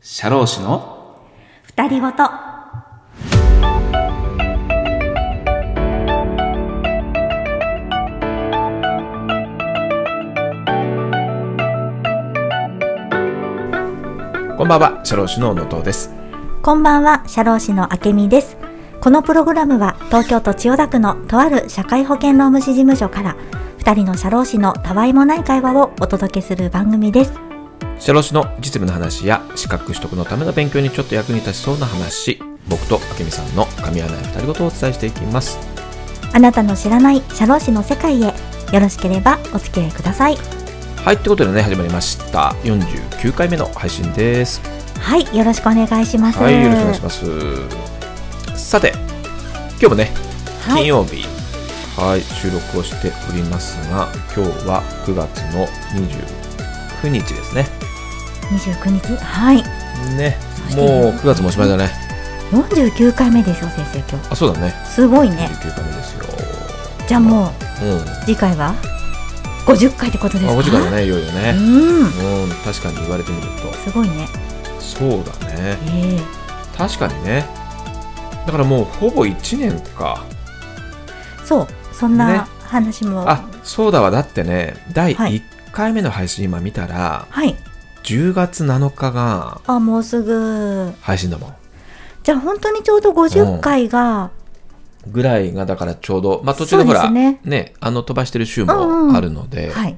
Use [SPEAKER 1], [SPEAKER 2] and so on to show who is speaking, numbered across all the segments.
[SPEAKER 1] 社労士の
[SPEAKER 2] 二人ごと。
[SPEAKER 1] こんばんは社労士の野党です
[SPEAKER 2] こんばんは、社労士のあけみです。このプログラムは東京都千代田区のとある社会保険労務士事務所から二人の社労士のたわいもない会話をお届けする番組です。
[SPEAKER 1] 社労士の実務の話や資格取得のための勉強にちょっと役に立ちそうな話僕とあけみさんの神穴や二人ごとをお伝えしていきます
[SPEAKER 2] あなたの知らない社労士の世界へよろしければお付き合いください。
[SPEAKER 1] はいってことでね始まりました49回目の配信です
[SPEAKER 2] はい、よろしくお願いします。
[SPEAKER 1] はいよろしくお願いしますさて今日もね
[SPEAKER 2] は
[SPEAKER 1] 金
[SPEAKER 2] い、
[SPEAKER 1] 曜日はい、収録をしておりますが今日は9月の29日ですね
[SPEAKER 2] 29日。はい、
[SPEAKER 1] ね
[SPEAKER 2] そして
[SPEAKER 1] もう9月もおしまいだね
[SPEAKER 2] 49回目ですよ、先生、今日。
[SPEAKER 1] あそうだね
[SPEAKER 2] すごいね。
[SPEAKER 1] 29回目ですよ
[SPEAKER 2] じゃあもう
[SPEAKER 1] うん
[SPEAKER 2] 次回は50回ってことですか
[SPEAKER 1] あ5時間だねいよいよ
[SPEAKER 2] う
[SPEAKER 1] ね
[SPEAKER 2] ん、
[SPEAKER 1] うん確かに言われてみる
[SPEAKER 2] すごいね。
[SPEAKER 1] とそうだね
[SPEAKER 2] ええ
[SPEAKER 1] 確かにねだからもうほぼ1年か
[SPEAKER 2] そう、そん
[SPEAKER 1] ね
[SPEAKER 2] な話も。
[SPEAKER 1] あそうだわだってね第
[SPEAKER 2] はい
[SPEAKER 1] 1回目の配信今見たら
[SPEAKER 2] はい。
[SPEAKER 1] 10月7日が
[SPEAKER 2] あ、もうすぐ。
[SPEAKER 1] 配信だもん
[SPEAKER 2] じゃあ本当にちょうど50回が、
[SPEAKER 1] ぐらいがだからちょうど、まあ、途中で
[SPEAKER 2] そう
[SPEAKER 1] ほ
[SPEAKER 2] です
[SPEAKER 1] らね
[SPEAKER 2] ね
[SPEAKER 1] あの飛ばしてる週
[SPEAKER 2] うんう
[SPEAKER 1] も
[SPEAKER 2] ん
[SPEAKER 1] あるので、
[SPEAKER 2] はい。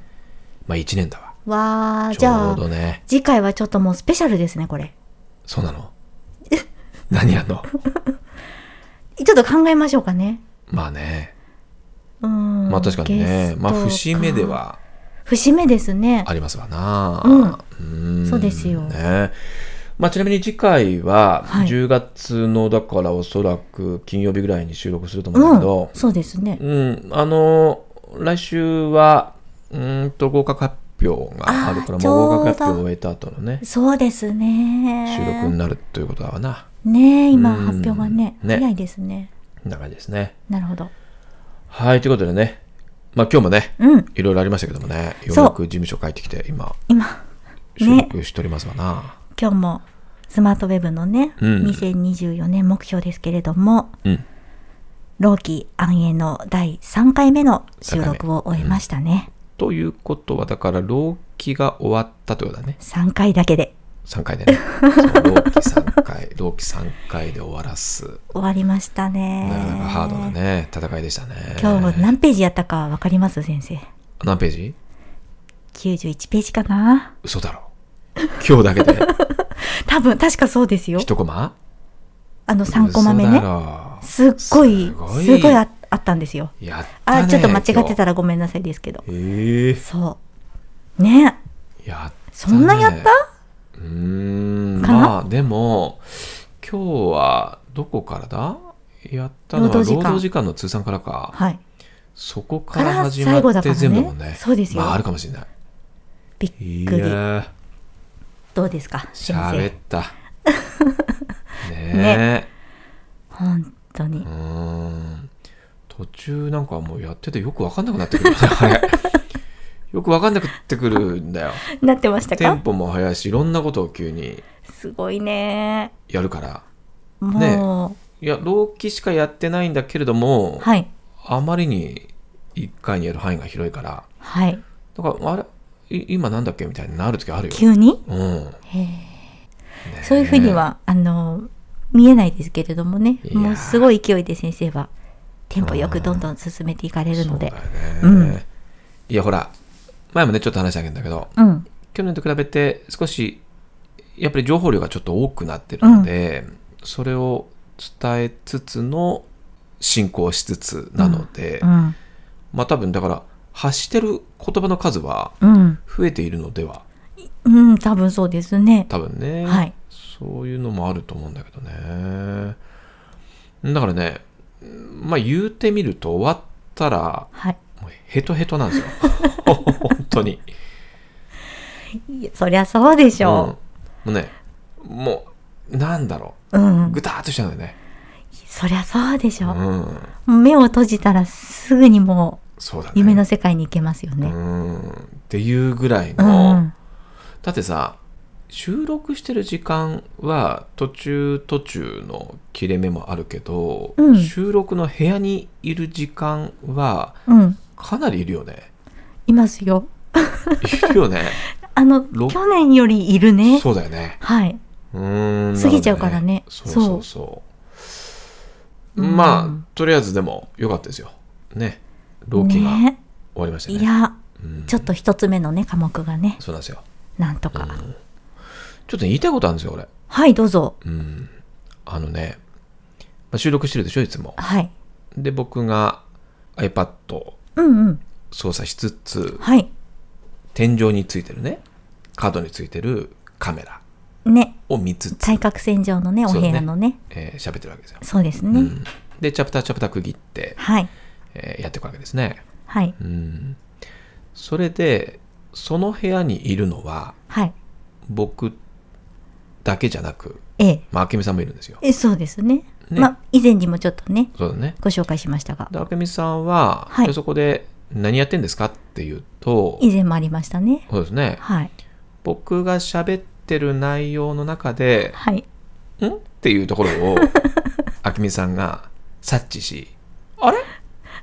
[SPEAKER 1] まあ1年だわ
[SPEAKER 2] わー、
[SPEAKER 1] ち
[SPEAKER 2] じ
[SPEAKER 1] ょ
[SPEAKER 2] ゃ
[SPEAKER 1] う
[SPEAKER 2] あ
[SPEAKER 1] どね
[SPEAKER 2] 次回はちょっともうスペシャルですね、これ。
[SPEAKER 1] そうなの何やんの
[SPEAKER 2] ちょっと考えましょうかね。
[SPEAKER 1] まあね
[SPEAKER 2] うん。
[SPEAKER 1] まあ確かに
[SPEAKER 2] ゲ
[SPEAKER 1] ね
[SPEAKER 2] スト
[SPEAKER 1] まあ節目で。は
[SPEAKER 2] 節目ですね。
[SPEAKER 1] ありますわなうん
[SPEAKER 2] そうですよ
[SPEAKER 1] ねまあ、ちなみに次回は
[SPEAKER 2] はい
[SPEAKER 1] 10月のだからおそらく金曜日ぐらいに収録すると思うんだ
[SPEAKER 2] う
[SPEAKER 1] けど
[SPEAKER 2] ん。、そうですね。
[SPEAKER 1] うん、あの来週はうーんと合格発表があるから
[SPEAKER 2] あー
[SPEAKER 1] もう合格
[SPEAKER 2] ち
[SPEAKER 1] 発
[SPEAKER 2] ょう
[SPEAKER 1] 表
[SPEAKER 2] ど
[SPEAKER 1] を終えた後のね
[SPEAKER 2] そうですね。
[SPEAKER 1] 収録になるということだわな
[SPEAKER 2] ねえ今
[SPEAKER 1] うん
[SPEAKER 2] 発表がね
[SPEAKER 1] ね
[SPEAKER 2] 早いですね
[SPEAKER 1] こんな感じですね
[SPEAKER 2] なるほど
[SPEAKER 1] はいということでねまあ今日もね
[SPEAKER 2] うん
[SPEAKER 1] いろいろありましたけどもねよう
[SPEAKER 2] そう
[SPEAKER 1] やく事務所帰ってきて今
[SPEAKER 2] 今
[SPEAKER 1] 収録しておりますわな、
[SPEAKER 2] 今日もスマートウェブのね、
[SPEAKER 1] うん
[SPEAKER 2] 2024年目標ですけれども
[SPEAKER 1] うん
[SPEAKER 2] 老期安永の第3回目の収録を終えましたね、
[SPEAKER 1] ということはだから老期が終わったってことだね
[SPEAKER 2] 3回だけで
[SPEAKER 1] 3回 でねそう老期3回老期3回で終わらす
[SPEAKER 2] 終わりましたね
[SPEAKER 1] なかなかハードなね戦いでしたね
[SPEAKER 2] 今日何ページやったかわかります先生
[SPEAKER 1] 何ページ
[SPEAKER 2] 91ページかな
[SPEAKER 1] 嘘だろ今日だけで
[SPEAKER 2] 多分確かそうですよ
[SPEAKER 1] 一コマ
[SPEAKER 2] あの3コマ目ね
[SPEAKER 1] 嘘だろ
[SPEAKER 2] すっごい
[SPEAKER 1] す
[SPEAKER 2] す
[SPEAKER 1] ご
[SPEAKER 2] ご
[SPEAKER 1] い
[SPEAKER 2] いああったんですよ
[SPEAKER 1] やったね
[SPEAKER 2] あちょっと間違って
[SPEAKER 1] ら
[SPEAKER 2] たらごめんなさいですけど
[SPEAKER 1] ええ
[SPEAKER 2] そう。ね
[SPEAKER 1] やったね
[SPEAKER 2] そんなやった
[SPEAKER 1] うーん
[SPEAKER 2] かな
[SPEAKER 1] まあでも今日はどこからだやったのは労
[SPEAKER 2] 労働時間
[SPEAKER 1] 働時間の通算からか、
[SPEAKER 2] はい。
[SPEAKER 1] そこから
[SPEAKER 2] から
[SPEAKER 1] 始ま
[SPEAKER 2] 最後だ
[SPEAKER 1] って
[SPEAKER 2] からね
[SPEAKER 1] 全部もんね
[SPEAKER 2] そうですよ
[SPEAKER 1] まああるかもしれない
[SPEAKER 2] びっく
[SPEAKER 1] い
[SPEAKER 2] り
[SPEAKER 1] や。ー
[SPEAKER 2] どうですか先
[SPEAKER 1] 喋っ
[SPEAKER 2] 生。
[SPEAKER 1] たね
[SPEAKER 2] 本当に
[SPEAKER 1] え、う。ーん途中なんかもうやっててよくわかんなくなってくる よねあれよくわかんなくってくるんだよ
[SPEAKER 2] なってました
[SPEAKER 1] テン
[SPEAKER 2] か
[SPEAKER 1] ポも速いしいろんなことを急に
[SPEAKER 2] すごいね。
[SPEAKER 1] やるから
[SPEAKER 2] も
[SPEAKER 1] いや老期しかやってないんだけれども
[SPEAKER 2] う、、はい。
[SPEAKER 1] あまりに1回にやる範囲が広いから
[SPEAKER 2] はい。
[SPEAKER 1] だからあれい今なんだっけみたいになる時あるよ、
[SPEAKER 2] 急に
[SPEAKER 1] うん、
[SPEAKER 2] そういうふうには、あの、見えないですけれどもね
[SPEAKER 1] い。やー
[SPEAKER 2] もうすごい勢いで先生は、テンポよくどんどん進めていかれるので
[SPEAKER 1] そ。うだ
[SPEAKER 2] う
[SPEAKER 1] よね、
[SPEAKER 2] ん
[SPEAKER 1] いやほら前もねちょっと話したんだけど
[SPEAKER 2] うん。
[SPEAKER 1] 去年と比べて少しやっぱり情報量がちょっと多くなってるので、それを伝えつつの進行しつつなので、
[SPEAKER 2] うん。
[SPEAKER 1] まあ多分だから発してる言葉の数は
[SPEAKER 2] うん。
[SPEAKER 1] 増えているのでは
[SPEAKER 2] うん、多分そうですね。
[SPEAKER 1] 多分ね、
[SPEAKER 2] はい
[SPEAKER 1] そういうのもあると思うんだけどねだからねまあ言うてみると終わったら
[SPEAKER 2] はい。
[SPEAKER 1] もうヘトヘトなんですよ 本当に
[SPEAKER 2] いやそりゃそうでしょ
[SPEAKER 1] うん、もうねもうなんだろ
[SPEAKER 2] う。う。
[SPEAKER 1] うんぐたーっとしちゃうんだよね
[SPEAKER 2] そりゃそうでし
[SPEAKER 1] う
[SPEAKER 2] ょ。
[SPEAKER 1] ん
[SPEAKER 2] 目を閉じたらすぐにも
[SPEAKER 1] そうだね
[SPEAKER 2] う夢の世界に行けますよ
[SPEAKER 1] う
[SPEAKER 2] ね。
[SPEAKER 1] んっていうぐらい
[SPEAKER 2] うん、
[SPEAKER 1] の、だってさ収録してる時間は途中途中の切れ目もあるけど、
[SPEAKER 2] うん
[SPEAKER 1] 収録の部屋にいる時間は
[SPEAKER 2] うん。
[SPEAKER 1] かなりいるよ ね。
[SPEAKER 2] いますよ。
[SPEAKER 1] いるよね。
[SPEAKER 2] あの、
[SPEAKER 1] ろ
[SPEAKER 2] 去年よりいるね。
[SPEAKER 1] そうだよね。
[SPEAKER 2] はい。
[SPEAKER 1] うーん。
[SPEAKER 2] 過ぎちゃうからね
[SPEAKER 1] なるほどそうそうそう。まあ、とりあえずでも良かったですよ。ね。老期が終
[SPEAKER 2] ね。
[SPEAKER 1] わりましたね。
[SPEAKER 2] いや、
[SPEAKER 1] うん
[SPEAKER 2] ちょっと一つ目のね、科目がね、
[SPEAKER 1] そうなんですよ。
[SPEAKER 2] なんとか。
[SPEAKER 1] ちょっとね言いたいことあるんですよ、俺。
[SPEAKER 2] はい、どうぞ。
[SPEAKER 1] うん。あのね、まあ、収録してるでしょ、いつも。
[SPEAKER 2] はい。
[SPEAKER 1] で、僕が iPad を
[SPEAKER 2] うんうん。
[SPEAKER 1] 操作しつつ、
[SPEAKER 2] はい。
[SPEAKER 1] 天井についてるね、カードについてるカメラ
[SPEAKER 2] ね。
[SPEAKER 1] を見つつ、
[SPEAKER 2] 対角線上のね、お
[SPEAKER 1] そう
[SPEAKER 2] 部
[SPEAKER 1] だね
[SPEAKER 2] 屋のね。
[SPEAKER 1] えー喋ってるわけですよ。
[SPEAKER 2] そうです
[SPEAKER 1] う
[SPEAKER 2] ね。
[SPEAKER 1] ん、で、チャプターチャプター区切って、
[SPEAKER 2] はい。
[SPEAKER 1] えーやっていくわけですね。
[SPEAKER 2] はい。
[SPEAKER 1] うん。それで、その部屋にいるのは、
[SPEAKER 2] はい。
[SPEAKER 1] 僕だけじゃなく、
[SPEAKER 2] ええ。
[SPEAKER 1] まあ、明美さんもいるんですよ。
[SPEAKER 2] えそうですね。
[SPEAKER 1] ね
[SPEAKER 2] まあ、以前にもちょっとね、
[SPEAKER 1] そうだね。
[SPEAKER 2] ご紹介しましたが、
[SPEAKER 1] で、明美さんは、
[SPEAKER 2] はい
[SPEAKER 1] でそこで何やってんですかっていうと、
[SPEAKER 2] 以前もありましたね。
[SPEAKER 1] そうですね。
[SPEAKER 2] はい。
[SPEAKER 1] 僕が喋ってる内容の中で、
[SPEAKER 2] はい。
[SPEAKER 1] んっていうところ を、あきみさんが察知し、あれ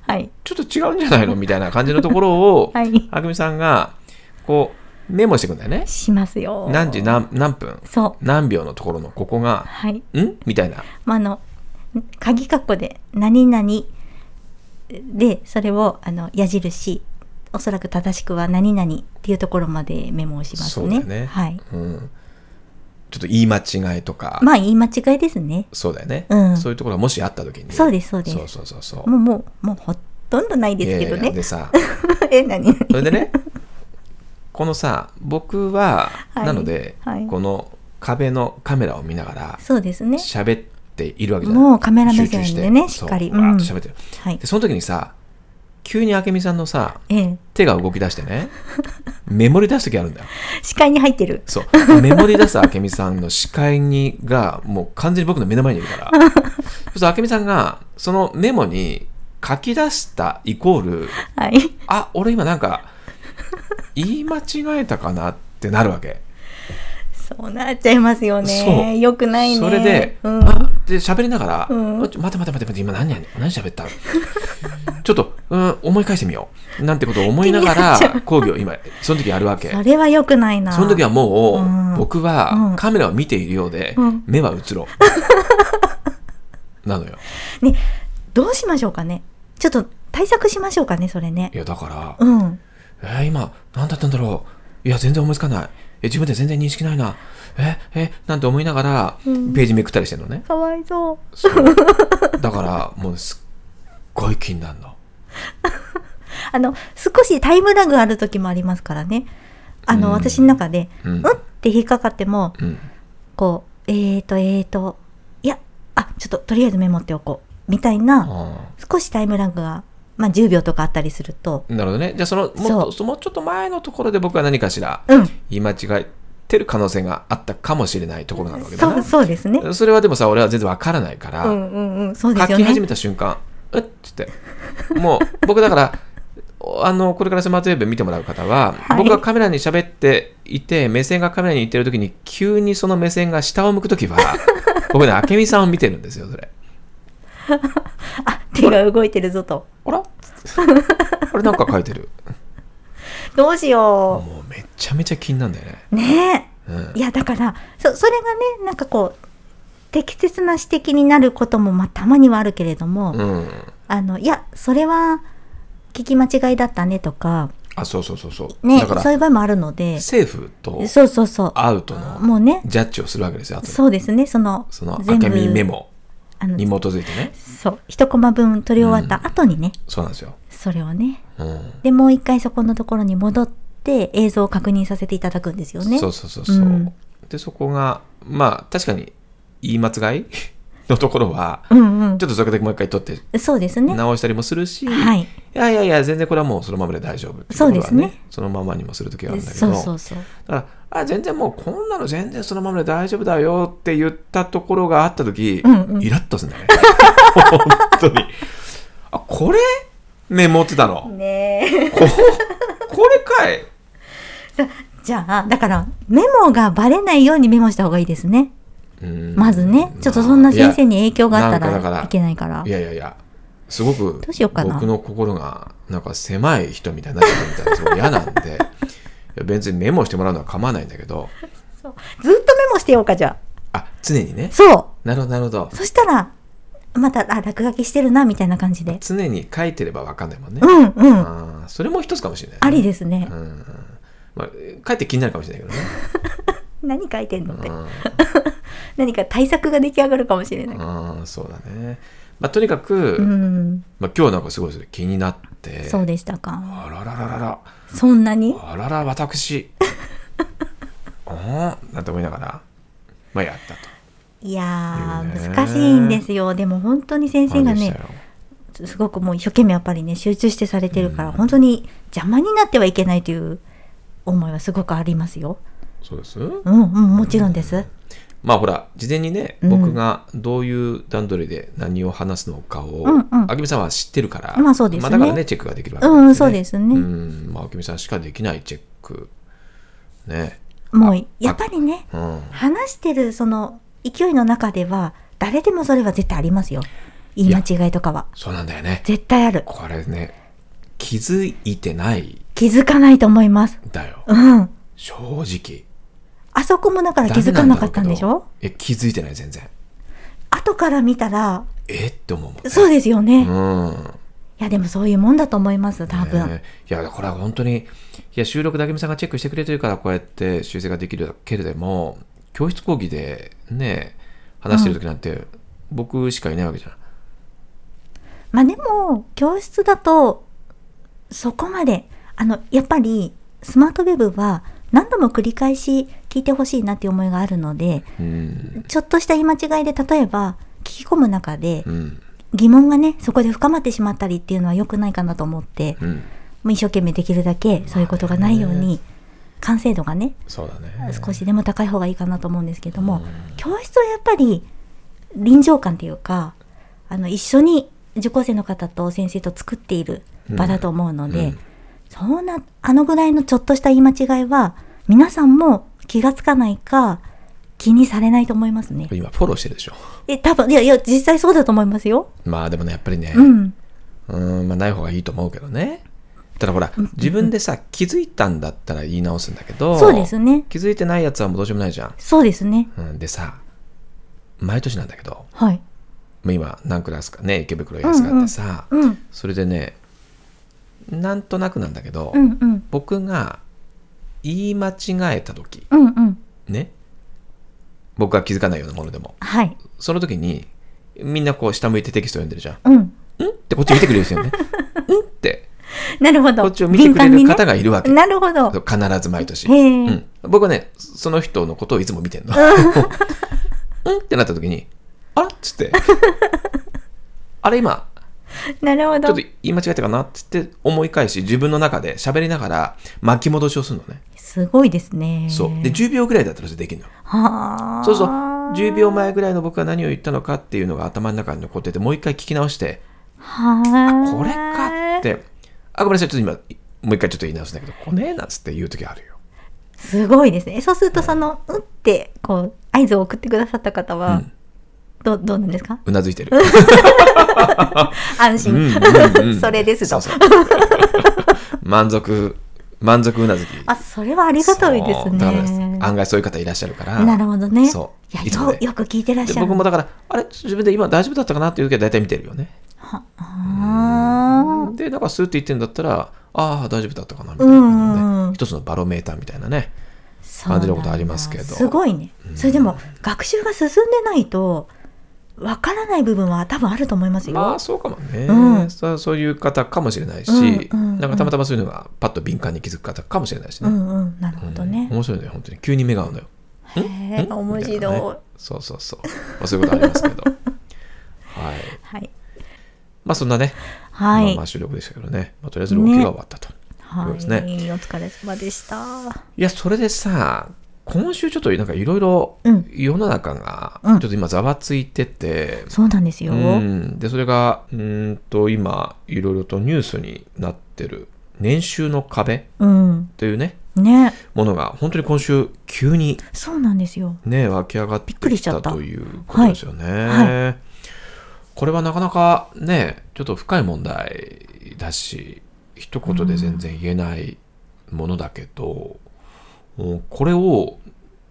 [SPEAKER 2] はい。
[SPEAKER 1] ちょっと違うんじゃないのみたいな感じのところを、
[SPEAKER 2] はい。
[SPEAKER 1] あきみさんが、こう、メモしていくんだよね。
[SPEAKER 2] しますよ。
[SPEAKER 1] 何時何何分
[SPEAKER 2] そう。
[SPEAKER 1] 何秒のところのここが、
[SPEAKER 2] はい。
[SPEAKER 1] んみたいな。
[SPEAKER 2] まあ、あの、鍵括弧で、何々で、それを、あの、矢印、おそらく正しくは何々っていうところまでメモをします
[SPEAKER 1] そ
[SPEAKER 2] ね。
[SPEAKER 1] うだよね
[SPEAKER 2] はい。
[SPEAKER 1] うん。ちょっと言い間違いとか、
[SPEAKER 2] まあ、言い間違いですね。
[SPEAKER 1] そうだよね、
[SPEAKER 2] うん
[SPEAKER 1] そういうところがもしあった時に。
[SPEAKER 2] そうですそうです
[SPEAKER 1] そうそうそうそう
[SPEAKER 2] もう、もう、もうほとんどないですけ
[SPEAKER 1] いや
[SPEAKER 2] ど
[SPEAKER 1] いや
[SPEAKER 2] ね。
[SPEAKER 1] でさ、
[SPEAKER 2] え、何々
[SPEAKER 1] それで ね、このさ、僕は、
[SPEAKER 2] はい
[SPEAKER 1] なので、
[SPEAKER 2] はい
[SPEAKER 1] この壁のカメラを見ながら
[SPEAKER 2] そうですね。
[SPEAKER 1] 喋っているわけじゃない
[SPEAKER 2] もうカメラ目
[SPEAKER 1] 集中
[SPEAKER 2] 線
[SPEAKER 1] て
[SPEAKER 2] でね、し
[SPEAKER 1] そ
[SPEAKER 2] っ
[SPEAKER 1] う
[SPEAKER 2] かり。
[SPEAKER 1] わーっと
[SPEAKER 2] う
[SPEAKER 1] 喋
[SPEAKER 2] ん
[SPEAKER 1] ってる。
[SPEAKER 2] はい
[SPEAKER 1] で、。その時にさ、急に明美さんのさ、
[SPEAKER 2] ええ。
[SPEAKER 1] 手が動き出してね、メモり出す時あるんだよ。
[SPEAKER 2] 視界に入ってる。
[SPEAKER 1] そう。メモり出す明美さんの視界にが、もう完全に僕の目の前にいる から。そうすると明美さんが、そのメモに書き出したイコール、
[SPEAKER 2] はい。
[SPEAKER 1] あ、俺今なんか、言い間違えたかなってなるわけ。
[SPEAKER 2] そうなっちゃいますよ
[SPEAKER 1] そう
[SPEAKER 2] ね。よくないね。
[SPEAKER 1] それで、
[SPEAKER 2] う
[SPEAKER 1] あ
[SPEAKER 2] ん、
[SPEAKER 1] で喋りながら、
[SPEAKER 2] うん
[SPEAKER 1] あちょ待て待て待て待て、今何や何喋った ちょっと、うん、思い返してみよう。なんてことを思いなが
[SPEAKER 2] 気になっちゃ
[SPEAKER 1] ら、講義を今、その時やるわけ。
[SPEAKER 2] それはよくないな。
[SPEAKER 1] その時はもう、
[SPEAKER 2] うん
[SPEAKER 1] 僕
[SPEAKER 2] う
[SPEAKER 1] は
[SPEAKER 2] ん
[SPEAKER 1] カメラを見ているようで、
[SPEAKER 2] うん
[SPEAKER 1] 目はうつろ。なのよ。
[SPEAKER 2] ね、どうしましょうかね。ちょっと対策しましょうかね、それね
[SPEAKER 1] い。や、だから、
[SPEAKER 2] うん。
[SPEAKER 1] えー、今、何だったんだろういや、全然思いつかない。え、自分で全然認識ないな。え、え、なんて思いながら、
[SPEAKER 2] うん
[SPEAKER 1] ページめくったりしてるの ね。
[SPEAKER 2] かわいそう。
[SPEAKER 1] そう。だから、もうすっごい気になるの。
[SPEAKER 2] あの、少しタイムラグある時もありますからね。あの、
[SPEAKER 1] うん
[SPEAKER 2] 私の中で、
[SPEAKER 1] う
[SPEAKER 2] うんん。って引っかかっても、
[SPEAKER 1] うん。
[SPEAKER 2] こう、えーと、えーと、いや、あ、ちょっととりあえずメモっておこう。みたいな、
[SPEAKER 1] あ
[SPEAKER 2] 少しタイムラグが、まあ10秒とかあったりすると、
[SPEAKER 1] ーなるほどね。じゃあ、その、もっと、そのちょっと前のところで僕は何かしら、
[SPEAKER 2] うん。
[SPEAKER 1] 言い間違えてる可能性があったかもしれないところなわけだ
[SPEAKER 2] そう、
[SPEAKER 1] な。
[SPEAKER 2] そうですね。
[SPEAKER 1] それはでもさ、俺は全然わからないから、
[SPEAKER 2] うんうんうん、そうで
[SPEAKER 1] 書
[SPEAKER 2] すよ
[SPEAKER 1] き
[SPEAKER 2] ね。
[SPEAKER 1] 始めた瞬間、うっつって、もう僕だから、おあのこれからスマートウェブ見てもらう方は、
[SPEAKER 2] はい
[SPEAKER 1] 僕がカメラに喋っていて、目線がカメラに行ってる時に、急にその目線が下を向く 時は、僕ね、明美さんを見てるんですよ、それ。
[SPEAKER 2] あ、手が動いてるぞと。
[SPEAKER 1] あ らあれなんか書いてる。
[SPEAKER 2] どうしよ
[SPEAKER 1] もうめちゃめちゃ気になるんだよね。
[SPEAKER 2] う。ね
[SPEAKER 1] うん
[SPEAKER 2] え。いや、だから、そ、それがね、なんかこう、適切な指摘になることも、まあ、たまにはあるけれども、
[SPEAKER 1] うん、
[SPEAKER 2] あの、いや、それは、聞き間違いだったねとか、
[SPEAKER 1] あそうそうそうそう。
[SPEAKER 2] ね
[SPEAKER 1] だか、
[SPEAKER 2] そうい
[SPEAKER 1] ら、
[SPEAKER 2] う場合もあるので、
[SPEAKER 1] 政府と
[SPEAKER 2] そうそうそ
[SPEAKER 1] アウト
[SPEAKER 2] う。
[SPEAKER 1] の
[SPEAKER 2] もうね、
[SPEAKER 1] ジャッジをするわけですよ、あと
[SPEAKER 2] そうですね、その、
[SPEAKER 1] その明美メモ
[SPEAKER 2] あの
[SPEAKER 1] に基、づいてね。
[SPEAKER 2] そう、一コマ分取り終わった後にね、
[SPEAKER 1] そうなんですよ。
[SPEAKER 2] それをね、
[SPEAKER 1] うん
[SPEAKER 2] で、もう一回そこのところに戻って、映像を確認させていただくんですよね。
[SPEAKER 1] そうそうそうそう。
[SPEAKER 2] うん
[SPEAKER 1] でそこがまあ確かに言い間違い のところは
[SPEAKER 2] うん
[SPEAKER 1] ちょっとそこでもう一回取って
[SPEAKER 2] うん。そうですね。
[SPEAKER 1] 直したりもするし、
[SPEAKER 2] はい。
[SPEAKER 1] やいやいや全然これはもうそのままで大丈夫っていところは
[SPEAKER 2] そうですね
[SPEAKER 1] そのままにもする時はあるんだけど
[SPEAKER 2] そうそうそう。
[SPEAKER 1] だからあ全然もうこんなの全然そのままで大丈夫だよって言ったところがあった時、
[SPEAKER 2] うんうん
[SPEAKER 1] イラッとす るんだよね本当にあこれメモってたの
[SPEAKER 2] ねえ。
[SPEAKER 1] ここれかい
[SPEAKER 2] じじゃあだからメモがバレないようにメモした方がいいですね
[SPEAKER 1] うん
[SPEAKER 2] まずねちょっとそんな先生に影響があっ
[SPEAKER 1] い
[SPEAKER 2] た
[SPEAKER 1] やなんかだから
[SPEAKER 2] らいけないから
[SPEAKER 1] いやいやいや、すごく
[SPEAKER 2] どうしようかな
[SPEAKER 1] 僕の心がなんか狭い人みたいになっちゃうみたいな、すごい嫌なん で、いや別にメモしてもらうのは構わないんだけど、
[SPEAKER 2] ずっとメモしてようかじゃ
[SPEAKER 1] あ、常にね
[SPEAKER 2] あ。そ
[SPEAKER 1] なるほど、なるほど
[SPEAKER 2] う。そしたらまたあ落書きしてるなみたいな感じで
[SPEAKER 1] 常に書いてればわかんないもんね
[SPEAKER 2] う。んうん
[SPEAKER 1] あーそれも一つかもしれないね、
[SPEAKER 2] ありですね
[SPEAKER 1] うんうん。まあ、書いて気になるかもしれないけどね。
[SPEAKER 2] 何書いてんのって
[SPEAKER 1] うん
[SPEAKER 2] 何か対策が出来上がるかもしれない
[SPEAKER 1] うん、そうだね。まあ、とにかく、
[SPEAKER 2] うん
[SPEAKER 1] まあ、今日なんかすごいそれ気になって、
[SPEAKER 2] そうでしたか
[SPEAKER 1] あららららら、
[SPEAKER 2] そんなに
[SPEAKER 1] あらら、私。 ああ、なんて思いながら、まあ、やったと。
[SPEAKER 2] いや
[SPEAKER 1] いい
[SPEAKER 2] ー
[SPEAKER 1] ね
[SPEAKER 2] 難しいんですよでも本当に先生が
[SPEAKER 1] 感じ
[SPEAKER 2] ね
[SPEAKER 1] でしたよ
[SPEAKER 2] すごくもう一生懸命やっぱりね集中してされてるから、
[SPEAKER 1] うん
[SPEAKER 2] 本当に邪魔になってはいけないという思いはすごくありますよ。
[SPEAKER 1] そうです。
[SPEAKER 2] うんうんもちろんです。
[SPEAKER 1] まあほら、事前にね、
[SPEAKER 2] うん
[SPEAKER 1] 僕がどういう段取りで何を話すのかを、
[SPEAKER 2] うんうん
[SPEAKER 1] あきみさんは知ってるから、
[SPEAKER 2] まあそうですね
[SPEAKER 1] だからね、チェックができるわけ
[SPEAKER 2] う
[SPEAKER 1] です
[SPEAKER 2] ん、
[SPEAKER 1] ね。
[SPEAKER 2] うん、そうですね。
[SPEAKER 1] うん、まあ、あきみさんしかできないチェック。ね。
[SPEAKER 2] もうやっぱりね
[SPEAKER 1] うん。
[SPEAKER 2] 話してるその勢いの中では誰でもそれは絶対ありますよ。言い間違いとかは
[SPEAKER 1] そうなんだよね。
[SPEAKER 2] 絶対ある。
[SPEAKER 1] これね、気づいてないん
[SPEAKER 2] 気づかないと思います。
[SPEAKER 1] だよ。
[SPEAKER 2] うん。
[SPEAKER 1] 正直。
[SPEAKER 2] あそこもだから気づかなかったんでしょ
[SPEAKER 1] え、気づいてない、全然。
[SPEAKER 2] 後から見たら
[SPEAKER 1] えって思うもんね、
[SPEAKER 2] そうですよね。い
[SPEAKER 1] うん。
[SPEAKER 2] やでもそういうもんだと思います多分。
[SPEAKER 1] ねいや、これは本当に、いや、収録だけみさんがチェックしてくれてるから、こうやって修正ができるけれども、教室講義でね、話してる時なんて、僕しかいないわけじゃん。
[SPEAKER 2] まあでも、教室だと、そこまで、あの、やっぱり、スマートウェブは何度も繰り返し聞いてほしいなっていう思いがあるので、
[SPEAKER 1] うん。
[SPEAKER 2] ちょっとした言い間違いで、例えば、聞き込む中で
[SPEAKER 1] う、ん。
[SPEAKER 2] 疑問がね、そこで深まってしまったりっていうのは良くないかなと思って、
[SPEAKER 1] うん。
[SPEAKER 2] もう一生懸命できるだけ、そういうことがないよう
[SPEAKER 1] まあ
[SPEAKER 2] に、完成度がね、
[SPEAKER 1] そうだね。
[SPEAKER 2] 少しでも高い方がいいかなと思うんですけど
[SPEAKER 1] う
[SPEAKER 2] も、
[SPEAKER 1] ん
[SPEAKER 2] 教室はやっぱり臨場感というかあの一緒に受講生の方と先生と作っている場だと思うので、
[SPEAKER 1] うんうん
[SPEAKER 2] そんなあのぐらいのちょっとした言い間違いは皆さんも気がつかないか気にされないと思いますね。
[SPEAKER 1] 今、フォローしてるでしょ。
[SPEAKER 2] え多分いやいや実際そうだと思いますよ。
[SPEAKER 1] まあでもね、やっぱりね、
[SPEAKER 2] うん、
[SPEAKER 1] うん、まあない方がいいと思うけどね。ただほら、自分でさ、気づいたんだったら言い直すんだけど、
[SPEAKER 2] そうですね。
[SPEAKER 1] 気づいてないやつはもうどうしようもないじゃん。
[SPEAKER 2] そうですね。
[SPEAKER 1] うん、でさ、毎年なんだけど、
[SPEAKER 2] はい。
[SPEAKER 1] もう今何クラスかね池袋安があってさ、
[SPEAKER 2] うん
[SPEAKER 1] それでねなんとなくなんだけど、
[SPEAKER 2] うんうん
[SPEAKER 1] 僕が言い間違えた時
[SPEAKER 2] うんうん
[SPEAKER 1] ね僕が気づかないようなものでも
[SPEAKER 2] はい。
[SPEAKER 1] その時にみんなこう下向いてテキスト読んでるじゃん
[SPEAKER 2] うん。
[SPEAKER 1] 「ん?」ってこっち見てくれるんですよね「ん?」って
[SPEAKER 2] なるほど。
[SPEAKER 1] こっちを見てくれる方がいるわけ、
[SPEAKER 2] 敏感にねなるほど。
[SPEAKER 1] 必ず毎年、
[SPEAKER 2] へえ
[SPEAKER 1] うん、僕はねその人のことをいつも見てんの「ん?」ってなった時に「あら?」っつ って「あれ今
[SPEAKER 2] なるほど。
[SPEAKER 1] ちょっと言い間違えたかなって言って思い返し自分の中で喋りながら巻き戻しをするのね、
[SPEAKER 2] すごいですね。
[SPEAKER 1] そうで10秒ぐらいだったらそれできるの
[SPEAKER 2] はあ。
[SPEAKER 1] そうすると10秒前ぐらいの僕が何を言ったのかっていうのが頭の中に残っててもう一回聞き直して
[SPEAKER 2] は
[SPEAKER 1] あ
[SPEAKER 2] あ。
[SPEAKER 1] これかってあごめんなさいちょっと今もう一回ちょっと言い直すんだけどこねえなっつって言う時あるよ
[SPEAKER 2] すごいですね。そうすると、その、うって、こう、合図を送ってくださった方は、
[SPEAKER 1] うん
[SPEAKER 2] どどうなんですか
[SPEAKER 1] うなずい てるうんう
[SPEAKER 2] 安心。
[SPEAKER 1] んうん
[SPEAKER 2] それですと。
[SPEAKER 1] そうそう 満足満足うなずき
[SPEAKER 2] あ、それはありがたいです
[SPEAKER 1] そうだからです
[SPEAKER 2] ね。
[SPEAKER 1] 案外そういう方いらっしゃるから
[SPEAKER 2] なるほどね。
[SPEAKER 1] そう
[SPEAKER 2] や
[SPEAKER 1] いつもね
[SPEAKER 2] よよく聞いてらっ
[SPEAKER 1] で
[SPEAKER 2] しゃる。
[SPEAKER 1] 僕もだからあれ自分で今大丈夫だったかなっていう時は大体見てるよね
[SPEAKER 2] はあ
[SPEAKER 1] でなんかスーって言ってんだったらああ大丈夫だったかなみた
[SPEAKER 2] う
[SPEAKER 1] いな、ね
[SPEAKER 2] んうん。
[SPEAKER 1] 一つのバロメーターみたいなね
[SPEAKER 2] そうなん
[SPEAKER 1] 感じ
[SPEAKER 2] だ
[SPEAKER 1] ることありますけど
[SPEAKER 2] すごいね。それでも、学習が進んでないと、わからない部分は多分あると思いますよ。
[SPEAKER 1] まあそうかもね、
[SPEAKER 2] うん
[SPEAKER 1] そうそういう方かもしれないし、
[SPEAKER 2] うんうんうん
[SPEAKER 1] なんかたまたまそういうのがパッと敏感に気づく方かもしれないし
[SPEAKER 2] う
[SPEAKER 1] ね、
[SPEAKER 2] んうん、なるほどね
[SPEAKER 1] うん。面白いね本当に急に目が合うのよ
[SPEAKER 2] へえ、
[SPEAKER 1] ん
[SPEAKER 2] 面
[SPEAKER 1] みたいな
[SPEAKER 2] 白い
[SPEAKER 1] ね。そうそうそう、まあ、そういうことありますけどはい
[SPEAKER 2] はい。
[SPEAKER 1] まあそんなね、
[SPEAKER 2] は
[SPEAKER 1] まあ、
[SPEAKER 2] い
[SPEAKER 1] まあ。収録でしたけどね、まあ、とりあえず6期が終わったと、
[SPEAKER 2] は
[SPEAKER 1] そう
[SPEAKER 2] い。
[SPEAKER 1] ですね
[SPEAKER 2] お疲れ様でした。
[SPEAKER 1] いや、それでさ、今週ちょっとなんかいろいろ
[SPEAKER 2] うん
[SPEAKER 1] 世の中がち
[SPEAKER 2] う
[SPEAKER 1] ょ
[SPEAKER 2] ん
[SPEAKER 1] っと今ざわついてて、
[SPEAKER 2] そうなんですよ。
[SPEAKER 1] うんで、それが、うーんと今いろいろとニュースになってる年収の壁
[SPEAKER 2] うん。
[SPEAKER 1] というね、
[SPEAKER 2] ね
[SPEAKER 1] ものが本当に今週急に
[SPEAKER 2] そうなんですよ
[SPEAKER 1] ね湧き上がって
[SPEAKER 2] びっくり
[SPEAKER 1] き
[SPEAKER 2] しちゃ
[SPEAKER 1] た
[SPEAKER 2] った
[SPEAKER 1] ということですよね。
[SPEAKER 2] は
[SPEAKER 1] これはなかなかねちょっと深い問題だし一言で全然言えないものだけど、うんこれを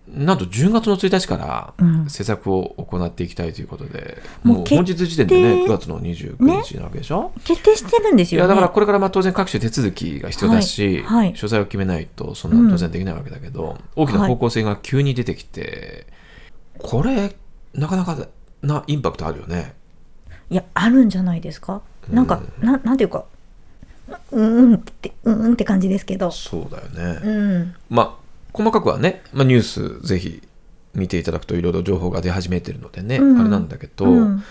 [SPEAKER 1] なんと10月の1日から
[SPEAKER 2] うん
[SPEAKER 1] 施策を行っていきたいということで、
[SPEAKER 2] もう
[SPEAKER 1] もう
[SPEAKER 2] 決
[SPEAKER 1] 本日時点でね
[SPEAKER 2] 定
[SPEAKER 1] 9月の29日なわけでしょ、
[SPEAKER 2] 決定してるんです
[SPEAKER 1] い
[SPEAKER 2] よ
[SPEAKER 1] や
[SPEAKER 2] ね
[SPEAKER 1] だからこれからまあ当然各種手続きが必要だし、
[SPEAKER 2] はいはい
[SPEAKER 1] 詳細を決めないとそんな当然できないわけだけど、大きな方向性が急に出てきて、これなかなかなインパクトあるよね。
[SPEAKER 2] いやあるんじゃないですか
[SPEAKER 1] うん
[SPEAKER 2] なんか、ななんていうかううんってうんうんって感じですけど
[SPEAKER 1] そうだよね。
[SPEAKER 2] うん
[SPEAKER 1] まあ細かくはね、まあ、ニュースぜひ見ていただくといろいろ情報が出始めてるのでね、
[SPEAKER 2] うん
[SPEAKER 1] あれなんだけど、
[SPEAKER 2] うん、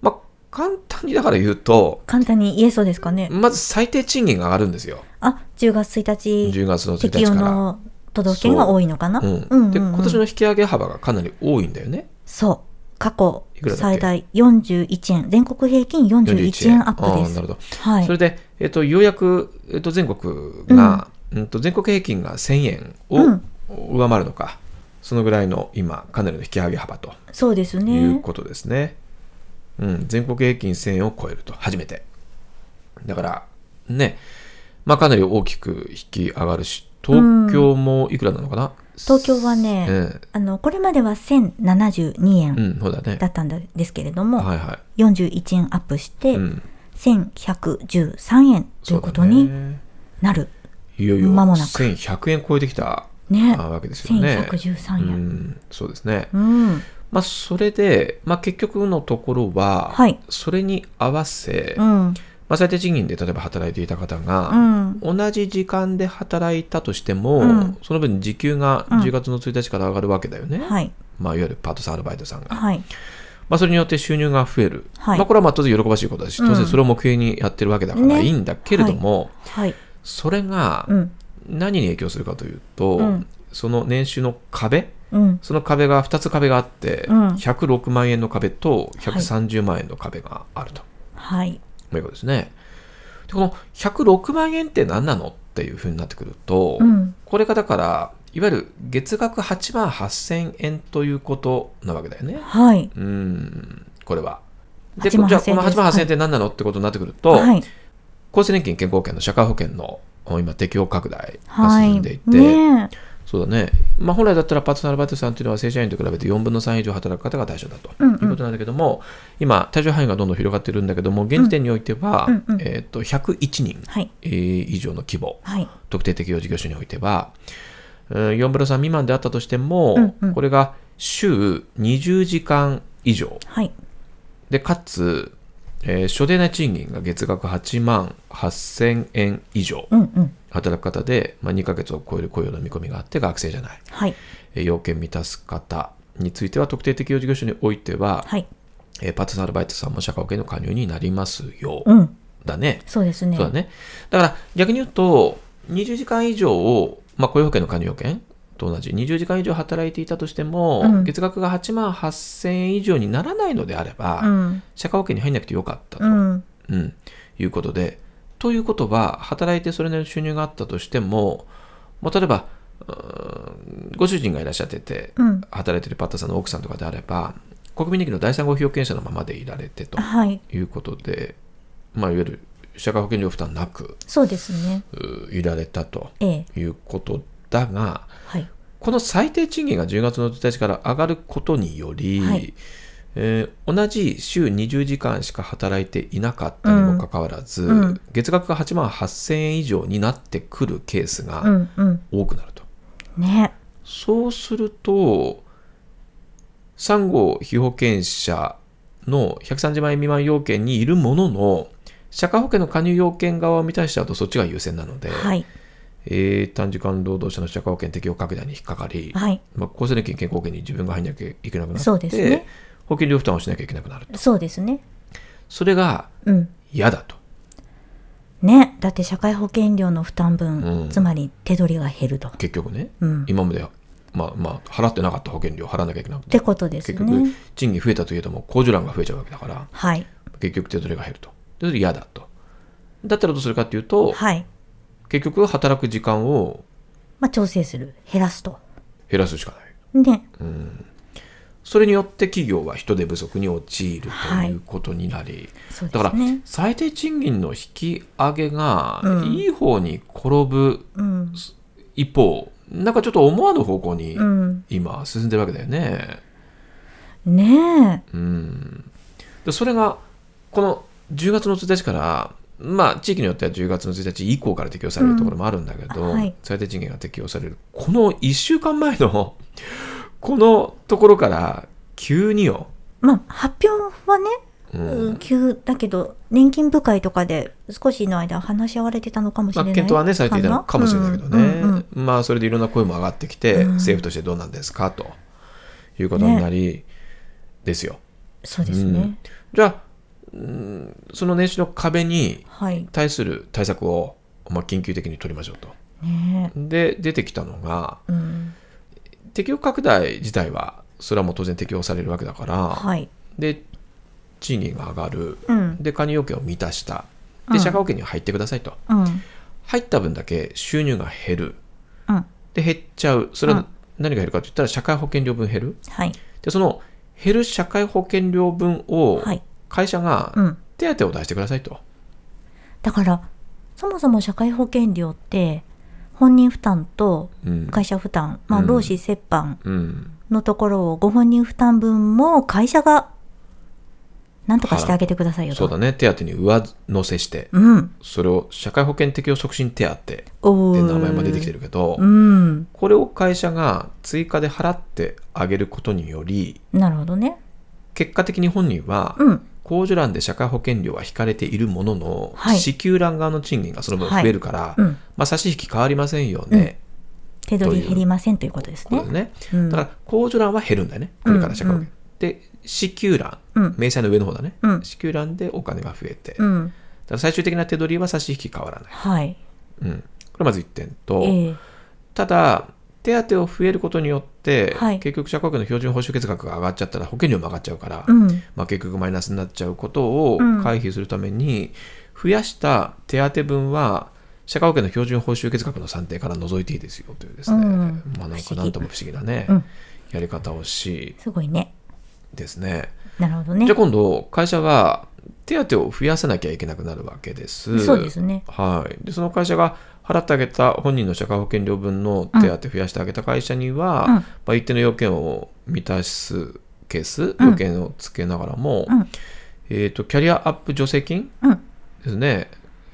[SPEAKER 1] まあ簡単にだから言うと
[SPEAKER 2] 簡単に言えそうですかね
[SPEAKER 1] まず最低賃金が上がるんですよ
[SPEAKER 2] あ10月1日
[SPEAKER 1] 10月の1
[SPEAKER 2] 適
[SPEAKER 1] 日
[SPEAKER 2] 用
[SPEAKER 1] か
[SPEAKER 2] の都道府県が多いのかな
[SPEAKER 1] ら。うん
[SPEAKER 2] うんうん
[SPEAKER 1] で
[SPEAKER 2] うん
[SPEAKER 1] 今年の引き上げ幅がかなり多いんだよね。
[SPEAKER 2] そう過去
[SPEAKER 1] いくらだっけ
[SPEAKER 2] 最大41円全国平均41円アップで
[SPEAKER 1] あー
[SPEAKER 2] す
[SPEAKER 1] なるほど
[SPEAKER 2] は
[SPEAKER 1] それ
[SPEAKER 2] い
[SPEAKER 1] で、えっとようやく、えっと全国が、うんと全国平均が1000円
[SPEAKER 2] うん
[SPEAKER 1] を上回るのか、そのぐらいの今かなりの引き上げ幅と
[SPEAKER 2] そうです
[SPEAKER 1] い
[SPEAKER 2] ね
[SPEAKER 1] うことですねうん、全国平均1000円を超えると初めてだからね、まあ、かなり大きく引き上がるし東京もいくらなのかな、
[SPEAKER 2] 東京はね、
[SPEAKER 1] え
[SPEAKER 2] あのこれまでは1072円
[SPEAKER 1] えうんそうだね
[SPEAKER 2] だったんですけれども、
[SPEAKER 1] はいは
[SPEAKER 2] 41円アップして、
[SPEAKER 1] い、うん、
[SPEAKER 2] 1113円とい
[SPEAKER 1] そううだ
[SPEAKER 2] ことに
[SPEAKER 1] ね
[SPEAKER 2] なる
[SPEAKER 1] いよいよ
[SPEAKER 2] 間もなく
[SPEAKER 1] 1100円超えてきた
[SPEAKER 2] ね
[SPEAKER 1] あわけですよね。う
[SPEAKER 2] 1113円
[SPEAKER 1] ん、そうですね。
[SPEAKER 2] うん、
[SPEAKER 1] まあ、それで、まあ、結局のところは、
[SPEAKER 2] はい
[SPEAKER 1] それに合わせ、
[SPEAKER 2] う
[SPEAKER 1] ま
[SPEAKER 2] ん
[SPEAKER 1] あ、最低賃金で例えば働いていた方
[SPEAKER 2] う
[SPEAKER 1] が、
[SPEAKER 2] ん
[SPEAKER 1] 同じ時間で働いたとしても、
[SPEAKER 2] うん
[SPEAKER 1] その分時給が
[SPEAKER 2] うん
[SPEAKER 1] 10月の1日から上がるわけだよね、
[SPEAKER 2] はい
[SPEAKER 1] まあ、いわゆるパートさんアルバイトさんが、
[SPEAKER 2] はい
[SPEAKER 1] まあ、それによって収入が増える、
[SPEAKER 2] はい
[SPEAKER 1] まあ、これはまあ当然喜ばしいことだし、
[SPEAKER 2] うん
[SPEAKER 1] 当然それを目標にやってるわけだから
[SPEAKER 2] ね
[SPEAKER 1] いいんだけれども、
[SPEAKER 2] はい
[SPEAKER 1] それが
[SPEAKER 2] うん
[SPEAKER 1] 何に影響するかというと、
[SPEAKER 2] うん
[SPEAKER 1] その年収の壁、
[SPEAKER 2] うん
[SPEAKER 1] その壁が2つ壁があって、
[SPEAKER 2] うん
[SPEAKER 1] 106万円の壁と130万円の壁があると、
[SPEAKER 2] はい
[SPEAKER 1] い、うことですね。でこの106万円って何なのっていうふうになってくると、
[SPEAKER 2] うん
[SPEAKER 1] これがだからいわゆる月額8万8000円ということなわけだよね。
[SPEAKER 2] はい
[SPEAKER 1] うんこれは。でじ
[SPEAKER 2] 8万8000
[SPEAKER 1] ゃあこの8万8000
[SPEAKER 2] は
[SPEAKER 1] 円
[SPEAKER 2] い
[SPEAKER 1] って何なのってことになってくると、
[SPEAKER 2] はい
[SPEAKER 1] 厚生年金健康保険の社会保険の今適用拡大が
[SPEAKER 2] は
[SPEAKER 1] 進
[SPEAKER 2] い
[SPEAKER 1] んでいて、
[SPEAKER 2] ねえ
[SPEAKER 1] そうだね、まあ、本来だったらパートナーバイトさんというのは正社員と比べて4分の3以上働く方が対象だと
[SPEAKER 2] うんうん
[SPEAKER 1] いうことなんだけども、今、対象範囲がどんどん広がってるんだけども、現時点においては、
[SPEAKER 2] うんうんうん
[SPEAKER 1] えー、と101人、
[SPEAKER 2] はい
[SPEAKER 1] えー以上の規模、
[SPEAKER 2] はい
[SPEAKER 1] 特定適用事業種においては、うん4分の3未満であったとしても、
[SPEAKER 2] うんうん
[SPEAKER 1] これが週20時間以上
[SPEAKER 2] はい
[SPEAKER 1] で、かつ、えー所定内賃金が月額8万8000円以上
[SPEAKER 2] うんうん
[SPEAKER 1] 働く方で、まあ、2ヶ月を超える雇用の見込みがあって学生じゃない。
[SPEAKER 2] はい
[SPEAKER 1] えー要件満たす方については特定適用事業所においては、
[SPEAKER 2] はい
[SPEAKER 1] えーパートナーアルバイトさんも社会保険の加入になりますよ、
[SPEAKER 2] うん
[SPEAKER 1] だね
[SPEAKER 2] そうですね
[SPEAKER 1] そうだねだから逆に言うと20時間以上を、まあ、雇用保険の加入要件と同じ20時間以上働いていたとしても、
[SPEAKER 2] うん
[SPEAKER 1] 月額が8万8000円以上にならないのであれば、
[SPEAKER 2] うん
[SPEAKER 1] 社会保険に入らなくてよかったと、
[SPEAKER 2] うん
[SPEAKER 1] うん、いうことで。ということは、働いてそれなりの収入があったとしても、もう例えば、うーんご主人がいらっしゃってて、
[SPEAKER 2] うん
[SPEAKER 1] 働いてるパッタさんの奥さんとかであれば、国民年金の第3号被保険者のままでいられてと
[SPEAKER 2] はい
[SPEAKER 1] いうことで、まあ、いわゆる社会保険料負担なく
[SPEAKER 2] そうですね
[SPEAKER 1] うーいられたと
[SPEAKER 2] ええ
[SPEAKER 1] いうことだが、
[SPEAKER 2] はい
[SPEAKER 1] この最低賃金が10月の1日から上がることにより、
[SPEAKER 2] はい
[SPEAKER 1] えー同じ週20時間しか働いていなかったにもかかわらず、
[SPEAKER 2] うんうん
[SPEAKER 1] 月額が8万8000円以上になってくるケース
[SPEAKER 2] う
[SPEAKER 1] が
[SPEAKER 2] んうん
[SPEAKER 1] 多くなると、
[SPEAKER 2] ね
[SPEAKER 1] そうすると3号被保険者の130万円未満要件にいるものの社会保険の加入要件側を満たしちゃうとそっちが優先なので、
[SPEAKER 2] はい
[SPEAKER 1] えー短時間労働者の社会保険適用拡大に引っかかり、
[SPEAKER 2] はい
[SPEAKER 1] まあ、厚生年金健康保険に自分が入らなきゃいけなくなって
[SPEAKER 2] そうですね
[SPEAKER 1] 保険料負担をしなきゃいけなくなると
[SPEAKER 2] そうですね
[SPEAKER 1] それが
[SPEAKER 2] うん
[SPEAKER 1] 嫌だと
[SPEAKER 2] ねだって社会保険料の負担分、
[SPEAKER 1] うん
[SPEAKER 2] つまり手取りが減ると、
[SPEAKER 1] 結局ね、
[SPEAKER 2] うん、っ
[SPEAKER 1] 今まで、まあまあ、払ってなかった保険料を払わなきゃいけなく
[SPEAKER 2] て
[SPEAKER 1] て
[SPEAKER 2] ことです
[SPEAKER 1] 結局
[SPEAKER 2] ね
[SPEAKER 1] 賃金増えたといえども控除欄が増えちゃうわけだから
[SPEAKER 2] はい
[SPEAKER 1] 結局手取りが減るとでそれ嫌だとだったらどうするかっていうと、
[SPEAKER 2] はい
[SPEAKER 1] 結局働く時間を
[SPEAKER 2] まあ、調整する減らすと
[SPEAKER 1] 減らすしかない。
[SPEAKER 2] ね
[SPEAKER 1] それによって企業は人手不足に陥ると
[SPEAKER 2] はい
[SPEAKER 1] いうことになり、
[SPEAKER 2] そうで
[SPEAKER 1] だから
[SPEAKER 2] すね
[SPEAKER 1] 最低賃金の引き上げが
[SPEAKER 2] うん
[SPEAKER 1] いい方に転ぶ
[SPEAKER 2] うん
[SPEAKER 1] 一方、なんかちょっと思わぬ方向に
[SPEAKER 2] うん
[SPEAKER 1] 今進んでるわけだよね。
[SPEAKER 2] ねえ
[SPEAKER 1] うん、でそれがこの10月の1日から、まあ、地域によっては10月の1日以降から適用されるところもあるんだけど、
[SPEAKER 2] うんはい
[SPEAKER 1] 最低賃金が適用されるこの1週間前の このところから急によ、
[SPEAKER 2] まあ発表はね、
[SPEAKER 1] うん
[SPEAKER 2] うん急だけど年金部会とかで少しの間話し合われてたのかもし
[SPEAKER 1] まあ、
[SPEAKER 2] れない、
[SPEAKER 1] 検討はねされていたのかもしれないけどね、
[SPEAKER 2] うんうん
[SPEAKER 1] まあそれでいろんな声も上がってきて、
[SPEAKER 2] うん
[SPEAKER 1] 政府としてどうなんですかということになり、ですよ。
[SPEAKER 2] そうですね、
[SPEAKER 1] うんじゃあ、うんその年始の壁に
[SPEAKER 2] はい
[SPEAKER 1] 対する対策を、まあ、緊急的に取りましょうと。
[SPEAKER 2] ね
[SPEAKER 1] で出てきたのが
[SPEAKER 2] えうん
[SPEAKER 1] 適用拡大自体はそれはもう当然適用されるわけだから、
[SPEAKER 2] はい
[SPEAKER 1] で賃金が上がる
[SPEAKER 2] うん
[SPEAKER 1] で加入要件を満たした
[SPEAKER 2] う
[SPEAKER 1] で
[SPEAKER 2] ん
[SPEAKER 1] 社会保険に入ってくださいと、
[SPEAKER 2] うん
[SPEAKER 1] 入った分だけ収入が減る
[SPEAKER 2] うん
[SPEAKER 1] で減っちゃうそれ
[SPEAKER 2] うん
[SPEAKER 1] は何が減るかといったら社会保険料分減る
[SPEAKER 2] はい
[SPEAKER 1] でその減る社会保険料分を
[SPEAKER 2] はい
[SPEAKER 1] 会社が
[SPEAKER 2] うん
[SPEAKER 1] 手当を出してくださいと、
[SPEAKER 2] だからそもそも社会保険料って本人負担と
[SPEAKER 1] うん
[SPEAKER 2] 会社負担、まあ、
[SPEAKER 1] うん
[SPEAKER 2] 労使折半
[SPEAKER 1] うん
[SPEAKER 2] のところをご本人負担分も会社がなんとかしてあげてくださいよと。
[SPEAKER 1] そうだね手当に上乗せして
[SPEAKER 2] うん。
[SPEAKER 1] それを社会保険適用促進手当って
[SPEAKER 2] おー
[SPEAKER 1] 名前も出てきてるけど、
[SPEAKER 2] うん。
[SPEAKER 1] これを会社が追加で払ってあげることにより
[SPEAKER 2] なるほどね。
[SPEAKER 1] 結果的に本人は
[SPEAKER 2] うん。
[SPEAKER 1] 控除欄で社会保険料は引かれているものの、
[SPEAKER 2] はい
[SPEAKER 1] 支給欄側の賃金がその分増えるから、
[SPEAKER 2] うん。
[SPEAKER 1] まあ、差し引き変わりませんよね、
[SPEAKER 2] 手取り減りませんということです
[SPEAKER 1] こ
[SPEAKER 2] ね
[SPEAKER 1] とで。ね、
[SPEAKER 2] うん
[SPEAKER 1] だから控除欄は減るんだよねこれから社会保
[SPEAKER 2] うんう
[SPEAKER 1] 険、で支給欄、
[SPEAKER 2] うん
[SPEAKER 1] 明細の上の方だね、
[SPEAKER 2] うん
[SPEAKER 1] 支給欄でお金が増えて、だ
[SPEAKER 2] う
[SPEAKER 1] か
[SPEAKER 2] ん。
[SPEAKER 1] ら最終的な手取りは差し引き変わらない、
[SPEAKER 2] はい。
[SPEAKER 1] うん、これまず1点と、
[SPEAKER 2] ええ。
[SPEAKER 1] ただ手当を増えることによって、
[SPEAKER 2] はい
[SPEAKER 1] 結局社会保険の標準報酬月額が上がっちゃったら保険料も上がっちゃうから、
[SPEAKER 2] うん。
[SPEAKER 1] まあ、結局マイナスになっちゃうことを
[SPEAKER 2] うん
[SPEAKER 1] 回避するために、増やした手当分は社会保険の標準報酬月額の算定から除いていいですよというですね、
[SPEAKER 2] うん
[SPEAKER 1] まあ、なん
[SPEAKER 2] 不
[SPEAKER 1] か
[SPEAKER 2] 思議
[SPEAKER 1] なんとも不思議なね、
[SPEAKER 2] うん
[SPEAKER 1] やり方をし
[SPEAKER 2] すごいね。
[SPEAKER 1] ですね。
[SPEAKER 2] なるほどね
[SPEAKER 1] じゃあ。今度会社は手当を増やさなきゃいけなくなるわけです。
[SPEAKER 2] そうですね。
[SPEAKER 1] はい、でその会社が払ってあげた本人の社会保険料分の手当増やしてあげた会社には、
[SPEAKER 2] うん
[SPEAKER 1] まあ、一定の要件を満たすケース要件をつけながらも、
[SPEAKER 2] うん
[SPEAKER 1] えー、とキャリアアップ助成金
[SPEAKER 2] うん。
[SPEAKER 1] ですね、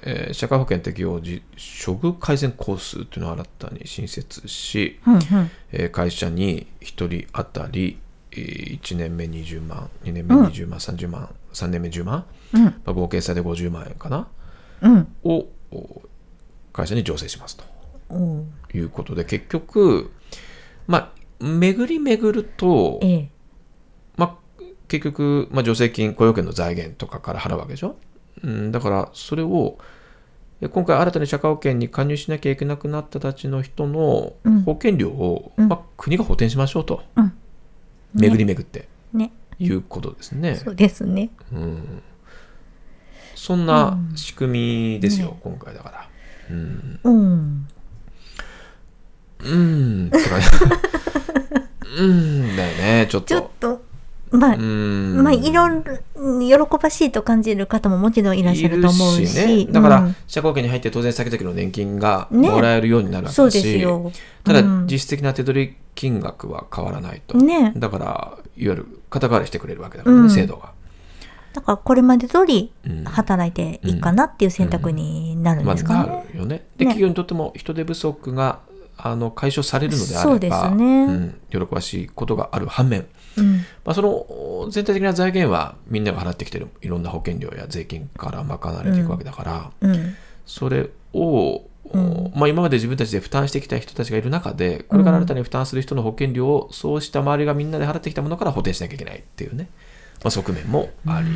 [SPEAKER 1] えー社会保険適用時処遇改善コースというのを新たに新設し、
[SPEAKER 2] うん。うん。
[SPEAKER 1] えー会社に1人当たりえー1年目20万2年目20万、30万3年目10万、
[SPEAKER 2] うん。
[SPEAKER 1] まあ、合計差で50万円かな
[SPEAKER 2] うん。
[SPEAKER 1] をお会社に助成しますと。
[SPEAKER 2] おう
[SPEAKER 1] ということで結局まあ巡り巡ると、
[SPEAKER 2] ええ。
[SPEAKER 1] まあ、結局、まあ、助成金雇用権の財源とかから払うわけでしょ、うん、だからそれをえ今回新たに社会保険に加入しなきゃいけなくなったたちの人の
[SPEAKER 2] うん
[SPEAKER 1] 保険料を、
[SPEAKER 2] うん
[SPEAKER 1] まあ、国が補填しましょうと、
[SPEAKER 2] うんね
[SPEAKER 1] 巡り巡って
[SPEAKER 2] ね。
[SPEAKER 1] いうことですね、
[SPEAKER 2] そうですね。
[SPEAKER 1] うん、そんな
[SPEAKER 2] うん
[SPEAKER 1] 仕組みですよ、
[SPEAKER 2] ね
[SPEAKER 1] 今回だからうん
[SPEAKER 2] うん。
[SPEAKER 1] うーんって感じうーんだよねちょっ
[SPEAKER 2] ち
[SPEAKER 1] と
[SPEAKER 2] ょっと、まあ
[SPEAKER 1] う、ーん
[SPEAKER 2] まあ、いろいろ喜ばしいと感じる方ももちろんいらっしゃると思うし
[SPEAKER 1] いるね、だから、
[SPEAKER 2] うん
[SPEAKER 1] 社会保険に入って当然先々の年金が
[SPEAKER 2] ね
[SPEAKER 1] もらえるようになるわけ
[SPEAKER 2] そう
[SPEAKER 1] だ
[SPEAKER 2] で
[SPEAKER 1] し、
[SPEAKER 2] すよ
[SPEAKER 1] ただ
[SPEAKER 2] うん
[SPEAKER 1] 実質的な手取り金額は変わらないと、
[SPEAKER 2] ね
[SPEAKER 1] だからいわゆる肩代わりしてくれるわけだからね、
[SPEAKER 2] うん
[SPEAKER 1] 制度が、
[SPEAKER 2] だからこれまで通り
[SPEAKER 1] うん
[SPEAKER 2] 働いていいかなっていう選択になるん
[SPEAKER 1] まあ、
[SPEAKER 2] ですかね、
[SPEAKER 1] なるよねで
[SPEAKER 2] ね
[SPEAKER 1] 企業にとっても人手不足があの解消されるのであれば
[SPEAKER 2] そうですね
[SPEAKER 1] うん、喜ばしいことがある反面、
[SPEAKER 2] うん
[SPEAKER 1] まあ、その全体的な財源はみんなが払ってきてるいろんな保険料や税金から賄われていくわけだから、
[SPEAKER 2] うん
[SPEAKER 1] それを、
[SPEAKER 2] うん
[SPEAKER 1] まあ、今まで自分たちで負担してきた人たちがいる中でこれから新たに負担する人の保険料をそうした周りがみんなで払ってきたものから補填しなきゃいけないっていうね、まあ、側面もあり、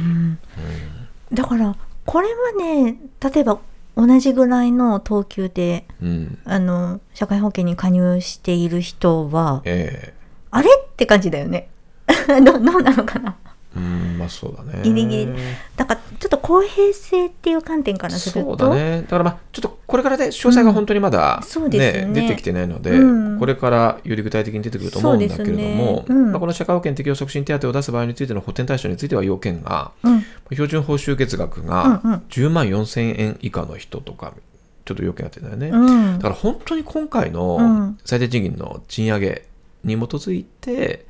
[SPEAKER 2] だからこれはね例えば同じぐらいの等級で
[SPEAKER 1] うん
[SPEAKER 2] あの社会保険に加入している人は
[SPEAKER 1] ええ
[SPEAKER 2] あれって感じだよね どどうなのかな
[SPEAKER 1] うんまあ、まあそうだね
[SPEAKER 2] ギリギリだからちょっと公平性っていう観点からすると
[SPEAKER 1] そうだねだからまあちょっとこれからね詳細が本当にまだ、
[SPEAKER 2] うん
[SPEAKER 1] ね
[SPEAKER 2] そうですよね
[SPEAKER 1] 出てきてないので、
[SPEAKER 2] うん
[SPEAKER 1] これからより具体的に出てくると思うんだけれど
[SPEAKER 2] そう
[SPEAKER 1] も、
[SPEAKER 2] ですねうん
[SPEAKER 1] まあ、この社会保険適用促進手当を出す場合についての補填対象については要件が
[SPEAKER 2] うん
[SPEAKER 1] 標準報酬月額
[SPEAKER 2] うん
[SPEAKER 1] が
[SPEAKER 2] うん
[SPEAKER 1] 10万4000円以下の人とかちょっと要件が出てないね、
[SPEAKER 2] うん
[SPEAKER 1] だから本当に今回
[SPEAKER 2] うん
[SPEAKER 1] の最低賃金の賃上げに基づいて、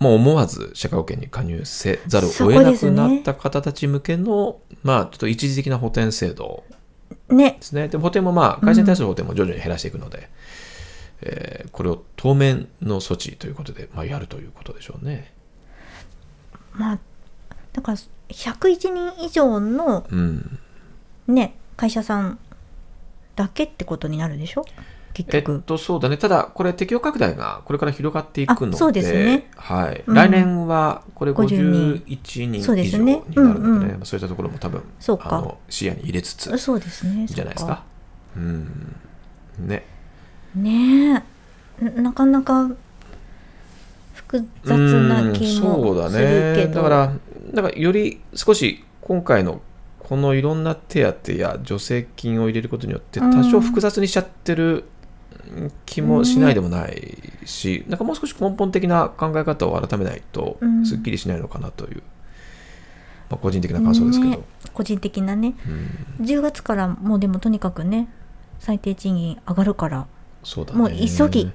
[SPEAKER 1] もう思わず社会保険に加入せざるを得なくなった方たち向けの、まあちょっと一時的な補填制度
[SPEAKER 2] ね
[SPEAKER 1] ですね。で補填もまあ会社に対する補填も徐々に減らしていくので、えーこれを当面の措置ということで、まあ、やるということでしょうね。
[SPEAKER 2] まあだから101人以上の
[SPEAKER 1] うん、
[SPEAKER 2] ね会社さんだけってことになるでしょ結
[SPEAKER 1] えっ
[SPEAKER 2] 局、
[SPEAKER 1] とそうだねただこれ適用拡大がこれから広がっていくので
[SPEAKER 2] あそうですね
[SPEAKER 1] はい
[SPEAKER 2] うん
[SPEAKER 1] 来年はこれ51
[SPEAKER 2] 50
[SPEAKER 1] 人以上
[SPEAKER 2] そうで
[SPEAKER 1] に
[SPEAKER 2] す
[SPEAKER 1] なるので
[SPEAKER 2] ね
[SPEAKER 1] ねそうい
[SPEAKER 2] うんうん
[SPEAKER 1] ったところも多分
[SPEAKER 2] そうか
[SPEAKER 1] あの視野に入れつつ
[SPEAKER 2] そうですね
[SPEAKER 1] じゃないです
[SPEAKER 2] そ
[SPEAKER 1] かう
[SPEAKER 2] っ
[SPEAKER 1] んね
[SPEAKER 2] ねえななかなか複雑な気
[SPEAKER 1] う
[SPEAKER 2] も
[SPEAKER 1] んそうだ
[SPEAKER 2] する
[SPEAKER 1] ね
[SPEAKER 2] け
[SPEAKER 1] だ
[SPEAKER 2] ど
[SPEAKER 1] からなんかより少し今回のこのいろんな手当や助成金を入れることによって
[SPEAKER 2] うん
[SPEAKER 1] 多少複雑にしちゃってるうん気もしないでもないし、なんかもう少し根本的な考え方を改めないと
[SPEAKER 2] うん
[SPEAKER 1] すっきりしないのかなという、まあ、個人的な感想ですけど、
[SPEAKER 2] ね個人的なね
[SPEAKER 1] うん
[SPEAKER 2] 10月からもうでもとにかくね最低賃金上がるから
[SPEAKER 1] そうだね
[SPEAKER 2] もう急ぎ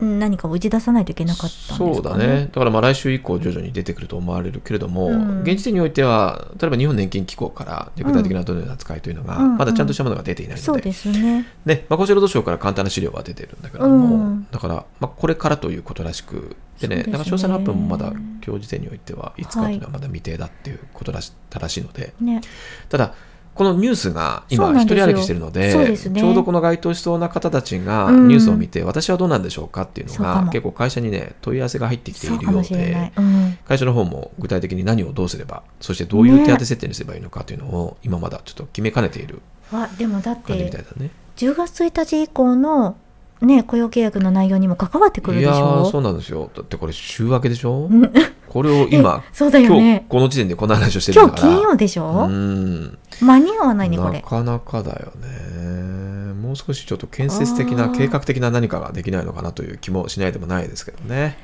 [SPEAKER 2] うん何かを打ち出さないといけなかったんで
[SPEAKER 1] そ
[SPEAKER 2] す
[SPEAKER 1] う
[SPEAKER 2] かね
[SPEAKER 1] だねだからまあ来週以降徐々に出てくると思われるけれども、
[SPEAKER 2] うん
[SPEAKER 1] 現時点においては例えば日本年金機構から具体的などのような扱いというのが、
[SPEAKER 2] うん
[SPEAKER 1] まだちゃんとしたものが出ていないので,、
[SPEAKER 2] そうですね
[SPEAKER 1] ねまあ、厚生労働省から簡単な資料は出てるんだけれども、
[SPEAKER 2] うん
[SPEAKER 1] だから、まあ、これからということらしくでね
[SPEAKER 2] そうですね
[SPEAKER 1] なんか詳細のアップもまだ今日時点においてはいつかというのはまだ未定だっていうことらし,、たらしいので
[SPEAKER 2] ね
[SPEAKER 1] ただこのニュースが
[SPEAKER 2] そ
[SPEAKER 1] 今
[SPEAKER 2] うなん
[SPEAKER 1] 一
[SPEAKER 2] です
[SPEAKER 1] 人
[SPEAKER 2] よ
[SPEAKER 1] 歩きしてるので
[SPEAKER 2] そうですね
[SPEAKER 1] ちょうどこの該当しそうな方たちが
[SPEAKER 2] うん
[SPEAKER 1] ニュースを見て、私はどうなんでしょうかっていうの
[SPEAKER 2] そうか
[SPEAKER 1] が
[SPEAKER 2] も
[SPEAKER 1] 結構会社にね問い合わせが入ってきて
[SPEAKER 2] そ
[SPEAKER 1] いうる
[SPEAKER 2] か
[SPEAKER 1] よ
[SPEAKER 2] も
[SPEAKER 1] う
[SPEAKER 2] しれない
[SPEAKER 1] で、
[SPEAKER 2] うん、
[SPEAKER 1] 会社の方も具体的に何をどうすればそしてどういう手当設定にすればいいのかというのを今まだちょっと決めかねている
[SPEAKER 2] わでもだっ
[SPEAKER 1] 感じみた
[SPEAKER 2] て
[SPEAKER 1] いだね。
[SPEAKER 2] 10月1日以降のね雇用契約の内容にも関わってくる
[SPEAKER 1] い
[SPEAKER 2] でし
[SPEAKER 1] やー
[SPEAKER 2] ょ
[SPEAKER 1] そうなんですよだってこれ週明けでしょ
[SPEAKER 2] うん
[SPEAKER 1] これを今
[SPEAKER 2] え そうだよ
[SPEAKER 1] 今日
[SPEAKER 2] ね
[SPEAKER 1] この時点でこんな話をしてる
[SPEAKER 2] 今
[SPEAKER 1] んだ
[SPEAKER 2] 日
[SPEAKER 1] から
[SPEAKER 2] 金曜でしょ
[SPEAKER 1] う、ん
[SPEAKER 2] 間に合わないねこ
[SPEAKER 1] な
[SPEAKER 2] れ
[SPEAKER 1] かなかだよねもう少しちょっと建設的な
[SPEAKER 2] あー
[SPEAKER 1] 計画的な何かができないのかなという気もしないでもないですけどね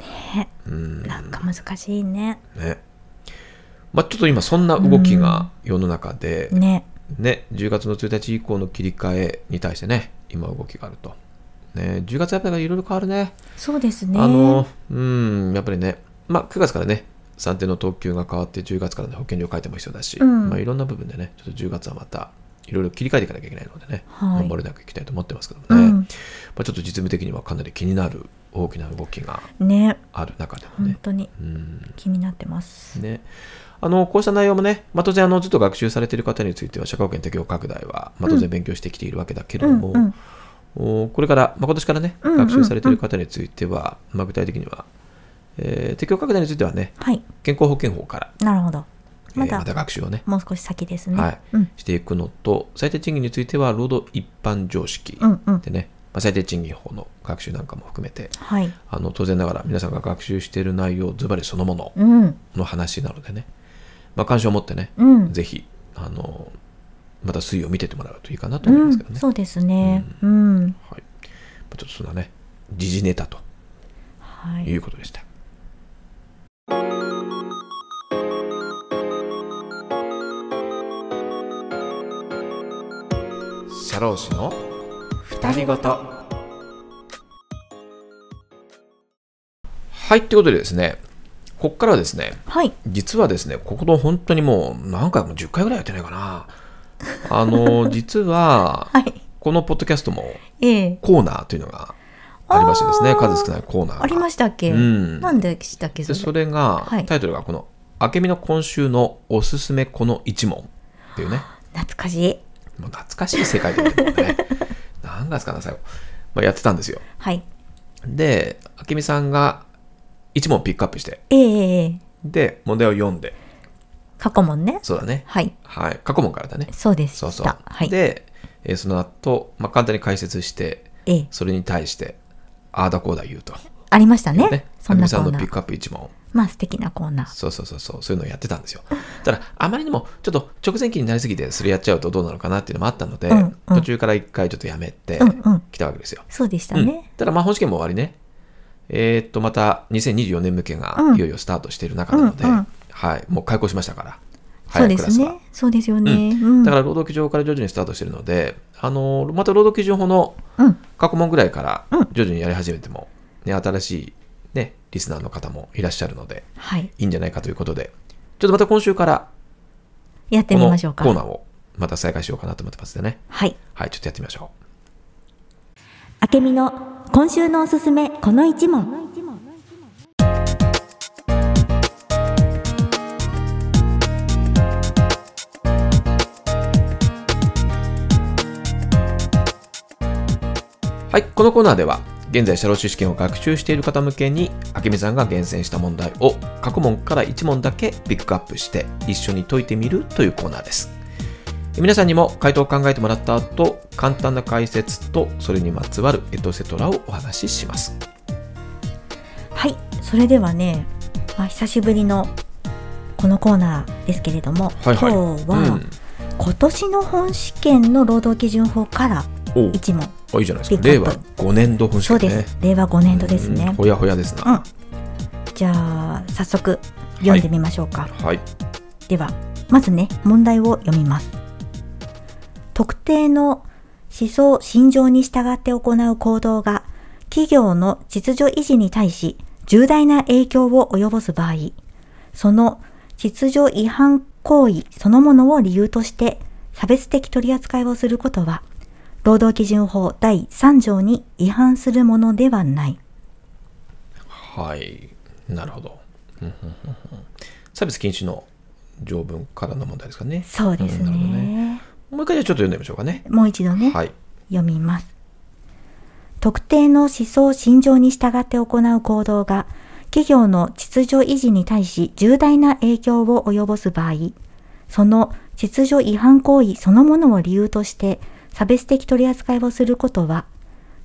[SPEAKER 2] ね
[SPEAKER 1] うん
[SPEAKER 2] なんか難しいね
[SPEAKER 1] ねまあちょっと今そんな動きが世の中で、
[SPEAKER 2] ね
[SPEAKER 1] ね10月の1日以降の切り替えに対してね今動きがあるとね10月やっぱりいろいろ変わるね
[SPEAKER 2] そうですね
[SPEAKER 1] あのうんやっぱりねまあ9月からね算定の等級が変わって10月からの保険料改定も必要だし、
[SPEAKER 2] うん
[SPEAKER 1] まあいろんな部分でねちょっと10月はまたいろいろ切り替えていかなきゃいけないのでね、
[SPEAKER 2] はい
[SPEAKER 1] 頑張れなきゃいけないと思ってますけども
[SPEAKER 2] う
[SPEAKER 1] ね、
[SPEAKER 2] ん
[SPEAKER 1] まあ、ちょっと実務的にはかなり気になる大きな動きが
[SPEAKER 2] ね
[SPEAKER 1] ある中でも
[SPEAKER 2] 本
[SPEAKER 1] ね、
[SPEAKER 2] 当に
[SPEAKER 1] うん、
[SPEAKER 2] 気になってます、
[SPEAKER 1] ね。あの、こうした内容もね、まあ、当然、あの、ずっと学習されている方については、社会保険適用拡大は、まあ、当
[SPEAKER 2] うん
[SPEAKER 1] 然勉強してきているわけだけれ
[SPEAKER 2] う
[SPEAKER 1] ど
[SPEAKER 2] ん
[SPEAKER 1] も、
[SPEAKER 2] うん
[SPEAKER 1] おこれから、まあ、今年からね、
[SPEAKER 2] うんうんうん
[SPEAKER 1] 学習されている方については、まあ、具体的には、えー適用拡大についてはね、
[SPEAKER 2] はい
[SPEAKER 1] 健康保険法から、
[SPEAKER 2] なるほど
[SPEAKER 1] えー
[SPEAKER 2] ま
[SPEAKER 1] ま
[SPEAKER 2] だ
[SPEAKER 1] た学習をね、
[SPEAKER 2] もう少し先ですね、
[SPEAKER 1] はい
[SPEAKER 2] うん、
[SPEAKER 1] していくのと、最低賃金については、労働一般常識
[SPEAKER 2] うんうん
[SPEAKER 1] でね、まあ、最低賃金法の学習なんかも含めて、
[SPEAKER 2] はい
[SPEAKER 1] あの当然ながら皆さんが学習している内容ズバリそのもの
[SPEAKER 2] うん
[SPEAKER 1] の話なのでね、まあ、関心を持ってね、
[SPEAKER 2] うん
[SPEAKER 1] ぜひ、あの、また推移を見てってもらうといいかなと
[SPEAKER 2] う
[SPEAKER 1] 思いますけど
[SPEAKER 2] ん
[SPEAKER 1] ね。
[SPEAKER 2] そうですねうん、
[SPEAKER 1] はい。まあちょっとそんなね、時事ネタと
[SPEAKER 2] はいいう
[SPEAKER 1] ことでした。社労士の二人ごと。はい、ということでですね、ここからはですね、
[SPEAKER 2] はい
[SPEAKER 1] 実はですね、ここの本当にもう何回も10回ぐらいやってないかな。あの、 実は、
[SPEAKER 2] はい
[SPEAKER 1] このポッドキャストも
[SPEAKER 2] ええ
[SPEAKER 1] コーナーというのがありましてです
[SPEAKER 2] あ
[SPEAKER 1] ね、
[SPEAKER 2] ー
[SPEAKER 1] 数少ないコーナーが。
[SPEAKER 2] ありましたっけ、
[SPEAKER 1] うん
[SPEAKER 2] なんでしたっけ
[SPEAKER 1] で
[SPEAKER 2] それ
[SPEAKER 1] それが、
[SPEAKER 2] はい
[SPEAKER 1] タイトルがこの、あけみの今週のおすすめこの一問っていうね、
[SPEAKER 2] 懐かしい
[SPEAKER 1] もう懐かしい世界でね、 何月かな、最後。まあ、やってたんですよ。
[SPEAKER 2] はい
[SPEAKER 1] で、あけみさんが一問ピックアップして、
[SPEAKER 2] ええええええ
[SPEAKER 1] で、問題を読んで、
[SPEAKER 2] 過去問ね
[SPEAKER 1] そうだね。
[SPEAKER 2] はい
[SPEAKER 1] はい。過去問からだね。
[SPEAKER 2] そうでした
[SPEAKER 1] そうそう。
[SPEAKER 2] はい
[SPEAKER 1] で、えーその後、まあ、簡単に解説して、
[SPEAKER 2] ええ
[SPEAKER 1] それに対して、ああだこうだ言うと。
[SPEAKER 2] ありましたね。そ
[SPEAKER 1] あみ
[SPEAKER 2] んな
[SPEAKER 1] み
[SPEAKER 2] コ
[SPEAKER 1] さん
[SPEAKER 2] ー
[SPEAKER 1] の
[SPEAKER 2] ナ
[SPEAKER 1] ピッ
[SPEAKER 2] ー。
[SPEAKER 1] クアップ一問。
[SPEAKER 2] まあ素敵なコーナー。
[SPEAKER 1] そうそうそうそう、そういうのをやってたんですよ。ただ、あまりにもちょっと直前期になりすぎて、それやっちゃうとどうなのかなっていうのもあったので、
[SPEAKER 2] うんうん
[SPEAKER 1] 途中から一回ちょっとやめて
[SPEAKER 2] うんうん、
[SPEAKER 1] 来たわけですよ。
[SPEAKER 2] そうでした
[SPEAKER 1] うん
[SPEAKER 2] ね。、
[SPEAKER 1] ただ、まあ、本試験も終わりね。えーっと、また2024年向けが
[SPEAKER 2] うん
[SPEAKER 1] いよいよスタートしている中なので、
[SPEAKER 2] うんうん
[SPEAKER 1] はい、もう開校しましたから、
[SPEAKER 2] そうで
[SPEAKER 1] クラ
[SPEAKER 2] す
[SPEAKER 1] スは
[SPEAKER 2] ね。そうですよね。う
[SPEAKER 1] うん
[SPEAKER 2] ん。
[SPEAKER 1] だから、労働基準法から徐々にスタートしているので、あのまた労働基準法の
[SPEAKER 2] うん。
[SPEAKER 1] 過去問ぐらいから
[SPEAKER 2] うん
[SPEAKER 1] 徐々にやり始めても、ね、新しい、ね、リスナーの方もいらっしゃるので、
[SPEAKER 2] はい。
[SPEAKER 1] いいんじゃないかということで、ちょっとまた今週から
[SPEAKER 2] やって
[SPEAKER 1] こ
[SPEAKER 2] み
[SPEAKER 1] のコ
[SPEAKER 2] ましょうか。
[SPEAKER 1] ーナーをまた再開しようかなと思ってますんでね。
[SPEAKER 2] はい。
[SPEAKER 1] はい、ちょっとやってみましょう。
[SPEAKER 2] あけみの今週のおすすめこの一問。
[SPEAKER 1] はい、このコーナーでは、現在社労士試験を学習している方向けに、あけみさんが厳選した問題を過去問から1問だけピックアップして一緒に解いてみるというコーナーです。皆さんにも回答を考えてもらった後、簡単な解説とそれにまつわるエトセトラをお話しします。
[SPEAKER 2] はい。それではね、まあ久しぶりのこのコーナーですけれども、今日は、
[SPEAKER 1] うん
[SPEAKER 2] 今年の本試験の労働基準法から
[SPEAKER 1] おう
[SPEAKER 2] 一問。
[SPEAKER 1] あいいじゃないですか。
[SPEAKER 2] ピ
[SPEAKER 1] 令
[SPEAKER 2] ックア
[SPEAKER 1] 和
[SPEAKER 2] ップ
[SPEAKER 1] 5年度本試
[SPEAKER 2] そう
[SPEAKER 1] 験
[SPEAKER 2] で
[SPEAKER 1] ね。
[SPEAKER 2] す。令和5年度です
[SPEAKER 1] うん
[SPEAKER 2] ね。
[SPEAKER 1] ほやほやです
[SPEAKER 2] う
[SPEAKER 1] な。
[SPEAKER 2] ん。じゃあ早速読んでみましょうか。
[SPEAKER 1] はい。
[SPEAKER 2] ではまずね問題を読みます特定の思想心情に従って行う行動が企業の秩序維持に対し重大な影響を及ぼす場合その秩序違反行為そのものを理由として差別的取り扱いをすることは労働基準法第3条に違反するものではない
[SPEAKER 1] はい。なるほど。うんうんうんうん差別禁止の条文からの問題ですかね。
[SPEAKER 2] そうです
[SPEAKER 1] ん
[SPEAKER 2] ね,、
[SPEAKER 1] なるほどもう一回じゃあちょっと読んでみましょうかね。
[SPEAKER 2] もう一度ね、
[SPEAKER 1] はい。
[SPEAKER 2] 読みます。特定の思想・心情に従って行う行動が、企業の秩序維持に対し重大な影響を及ぼす場合、その秩序違反行為そのものを理由として差別的取り扱いをすることは、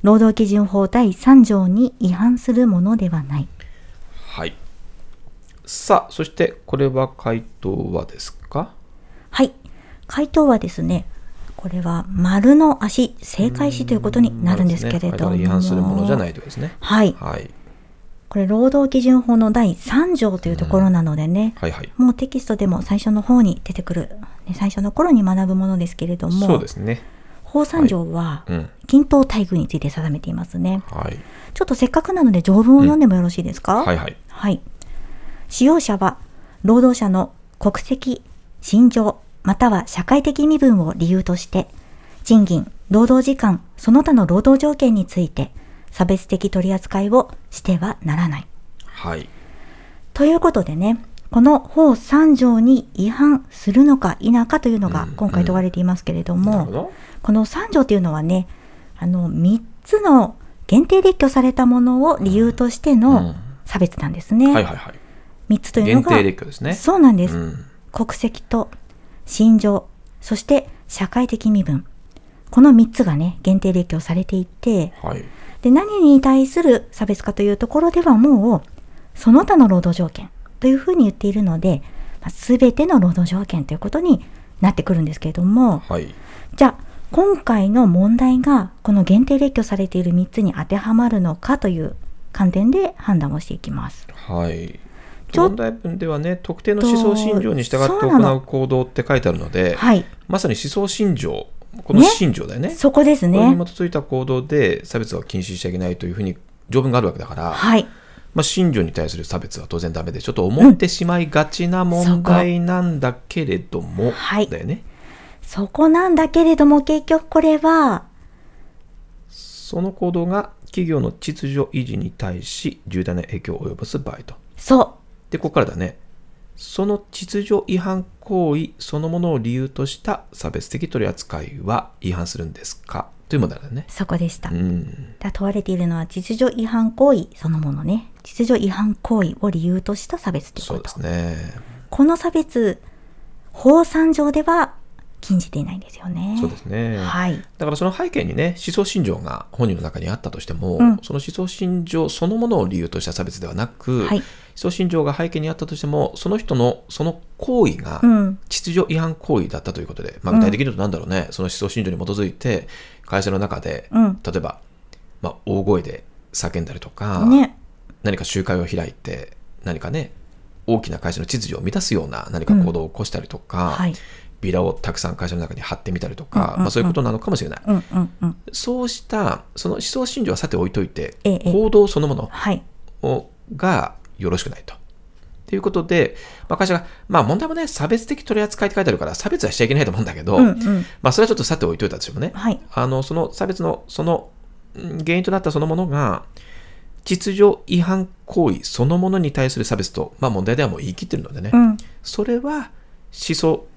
[SPEAKER 2] 労働基準法第3条に違反するものではない。
[SPEAKER 1] はい。さあ、そしてこれは回答はですか
[SPEAKER 2] はい。回答はですね、これは丸の足、正解しということになるんですけれど
[SPEAKER 1] まあ
[SPEAKER 2] も。。
[SPEAKER 1] ですねあれから違反するものじゃないいということですね。
[SPEAKER 2] はい。
[SPEAKER 1] はい。
[SPEAKER 2] これ労働基準法の第3条というところなのでね、
[SPEAKER 1] はいはい。
[SPEAKER 2] もうテキストでも最初の方に出てくる、ね、最初の頃に学ぶものですけれども
[SPEAKER 1] そうですね。
[SPEAKER 2] 法3条は
[SPEAKER 1] うん。
[SPEAKER 2] 均等待遇について定めていますね、
[SPEAKER 1] はい。
[SPEAKER 2] ちょっとせっかくなので条文を読んでもよろしいですか、
[SPEAKER 1] はいはい。
[SPEAKER 2] はい。使用者は、労働者の国籍、身長、または社会的身分を理由として、賃金、労働時間、その他の労働条件について、差別的取り扱いをしてはならない。
[SPEAKER 1] はい。
[SPEAKER 2] ということでね、この法3条に違反するのか否かというのが
[SPEAKER 1] うん
[SPEAKER 2] 今回問われていますけれども、
[SPEAKER 1] なるほど。
[SPEAKER 2] この3条というのはね、あの、3つの限定列挙されたものを理由として
[SPEAKER 1] うんう
[SPEAKER 2] の
[SPEAKER 1] ん
[SPEAKER 2] 差別なんですね。
[SPEAKER 1] はいはいはい。
[SPEAKER 2] 3つというの
[SPEAKER 1] 限
[SPEAKER 2] が
[SPEAKER 1] 定列挙ですね。
[SPEAKER 2] そうなんです、
[SPEAKER 1] うん。
[SPEAKER 2] 国籍と心情そして社会的身分この3つがね限定列挙されていて
[SPEAKER 1] はい。
[SPEAKER 2] で何に対する差別かというところではもうその他の労働条件というふうに言っているので、まあ、全ての労働条件ということになってくるんですけれども
[SPEAKER 1] はい。
[SPEAKER 2] じゃあ今回の問題がこの限定列挙されている3つに当てはまるのかという観点で判断をしていきます。
[SPEAKER 1] はい。
[SPEAKER 2] ちょ
[SPEAKER 1] 問題文ではね、特定の思想信条に従って
[SPEAKER 2] そうな
[SPEAKER 1] 行
[SPEAKER 2] の
[SPEAKER 1] う行動って書いてあるので、
[SPEAKER 2] はい、
[SPEAKER 1] まさに思想信条、この
[SPEAKER 2] ね
[SPEAKER 1] 信条だよね。
[SPEAKER 2] そこで
[SPEAKER 1] こ
[SPEAKER 2] す
[SPEAKER 1] れに
[SPEAKER 2] ね。
[SPEAKER 1] 基づいた行動で差別は禁止しちゃいけないというふうに条文があるわけだから、
[SPEAKER 2] はい、
[SPEAKER 1] まあ、信条に対する差別は当然ダメでちょっと思ってしまいがちな問題なんだけれども、
[SPEAKER 2] はい
[SPEAKER 1] だよね
[SPEAKER 2] そこなんだけれども結局これは、
[SPEAKER 1] その行動が企業の秩序維持に対し重大な影響を及ぼす場合と
[SPEAKER 2] そ
[SPEAKER 1] でここからだねその秩序違反行為そのものを理由とした差別的取り扱いは違反するんですかという問題だね
[SPEAKER 2] う、そこでした。
[SPEAKER 1] うん
[SPEAKER 2] だ問われているのは秩序違反行為そのものね。秩序違反行為を理由とした差別という
[SPEAKER 1] そ
[SPEAKER 2] こ
[SPEAKER 1] うで
[SPEAKER 2] と。
[SPEAKER 1] すね
[SPEAKER 2] この差別、法3条では禁じていないんですよね。
[SPEAKER 1] そうですね。
[SPEAKER 2] はい。
[SPEAKER 1] だからその背景にね、思想信条が本人の中にあったとしても、
[SPEAKER 2] うん
[SPEAKER 1] その思想信条そのものを理由とした差別ではなく、
[SPEAKER 2] はい
[SPEAKER 1] 思想信条が背景にあったとしても、その人のその行為が
[SPEAKER 2] うん。
[SPEAKER 1] 秩序違反行為だったということで、まあ、具体的に言うとなんだろうね、その思想信条に基づいて、会社の中で、
[SPEAKER 2] うん。
[SPEAKER 1] 例えば、まあ、大声で叫んだりとか、
[SPEAKER 2] ね。
[SPEAKER 1] 何か集会を開いて、何かね、大きな会社の秩序を満たすような何か行動を起こしたりとか、
[SPEAKER 2] はい。
[SPEAKER 1] ビラをたくさん会社の中に貼ってみたりとか、
[SPEAKER 2] うんうんうん
[SPEAKER 1] まあ、そういうことなのかもしれない。
[SPEAKER 2] うんうんうん。
[SPEAKER 1] そうしたその思想信条はさて置いといて、
[SPEAKER 2] ええ
[SPEAKER 1] 行動そのも
[SPEAKER 2] はい。
[SPEAKER 1] のがよろしくないと。ということで、まあ、会社が、まあ問題もね、差別的取り扱いって書いてあるから、差別はしちゃいけないと思うんだけど、
[SPEAKER 2] うんうん。
[SPEAKER 1] まあそれはちょっとさて置いといたとしてもね、
[SPEAKER 2] はい。
[SPEAKER 1] あの、その差別の、そのうん原因となったそのものが、秩序違反行為そのものに対する差別と、まあ問題ではもう言い切ってるのでね、
[SPEAKER 2] うん。
[SPEAKER 1] それは思想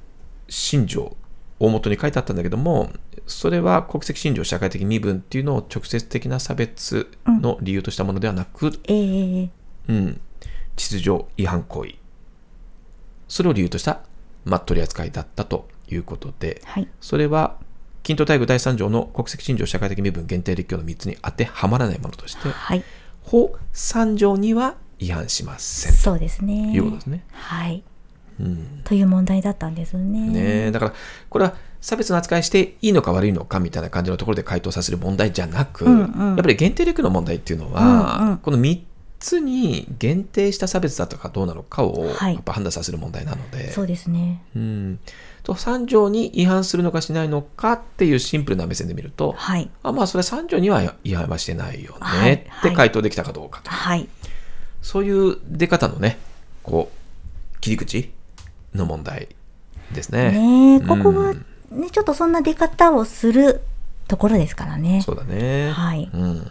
[SPEAKER 1] 信条大元に書いてあったんだけどもそれは国籍信条社会的身分っていうのを直接的な差別の理由としたものではなく、
[SPEAKER 2] ええ
[SPEAKER 1] うん秩序違反行為それを理由とした、まあ、取り扱いだったということで
[SPEAKER 2] はい。
[SPEAKER 1] それは均等待遇第3条の国籍信条社会的身分限定立教の3つに当てはまらないものとして
[SPEAKER 2] はい。
[SPEAKER 1] 法3条には違反しません
[SPEAKER 2] そうですね。
[SPEAKER 1] ということですね。
[SPEAKER 2] はい。
[SPEAKER 1] うん
[SPEAKER 2] という問題だったんですね。
[SPEAKER 1] ねえ、だからこれは差別の扱いしていいのか悪いのかみたいな感じのところで回答させる問題じゃなく、
[SPEAKER 2] うんうん
[SPEAKER 1] やっぱり限定力の問題っていうのは、
[SPEAKER 2] うんうん
[SPEAKER 1] この3つに限定した差別だとかどうなのかを
[SPEAKER 2] はい
[SPEAKER 1] やっぱ判断させる問題なので、
[SPEAKER 2] そうですね。
[SPEAKER 1] うん、と3条に違反するのかしないのかっていうシンプルな目線で見ると、
[SPEAKER 2] はい。
[SPEAKER 1] あまあそれ3条には違反はしてないよね、
[SPEAKER 2] はい
[SPEAKER 1] って回答できたかどうかと、
[SPEAKER 2] はい。
[SPEAKER 1] そういう出方のねこう切り口の問題です
[SPEAKER 2] ねえここは、
[SPEAKER 1] う
[SPEAKER 2] ね
[SPEAKER 1] ん、
[SPEAKER 2] ちょっとそんな出方をするところですからね。
[SPEAKER 1] そうだね。
[SPEAKER 2] はい
[SPEAKER 1] うん。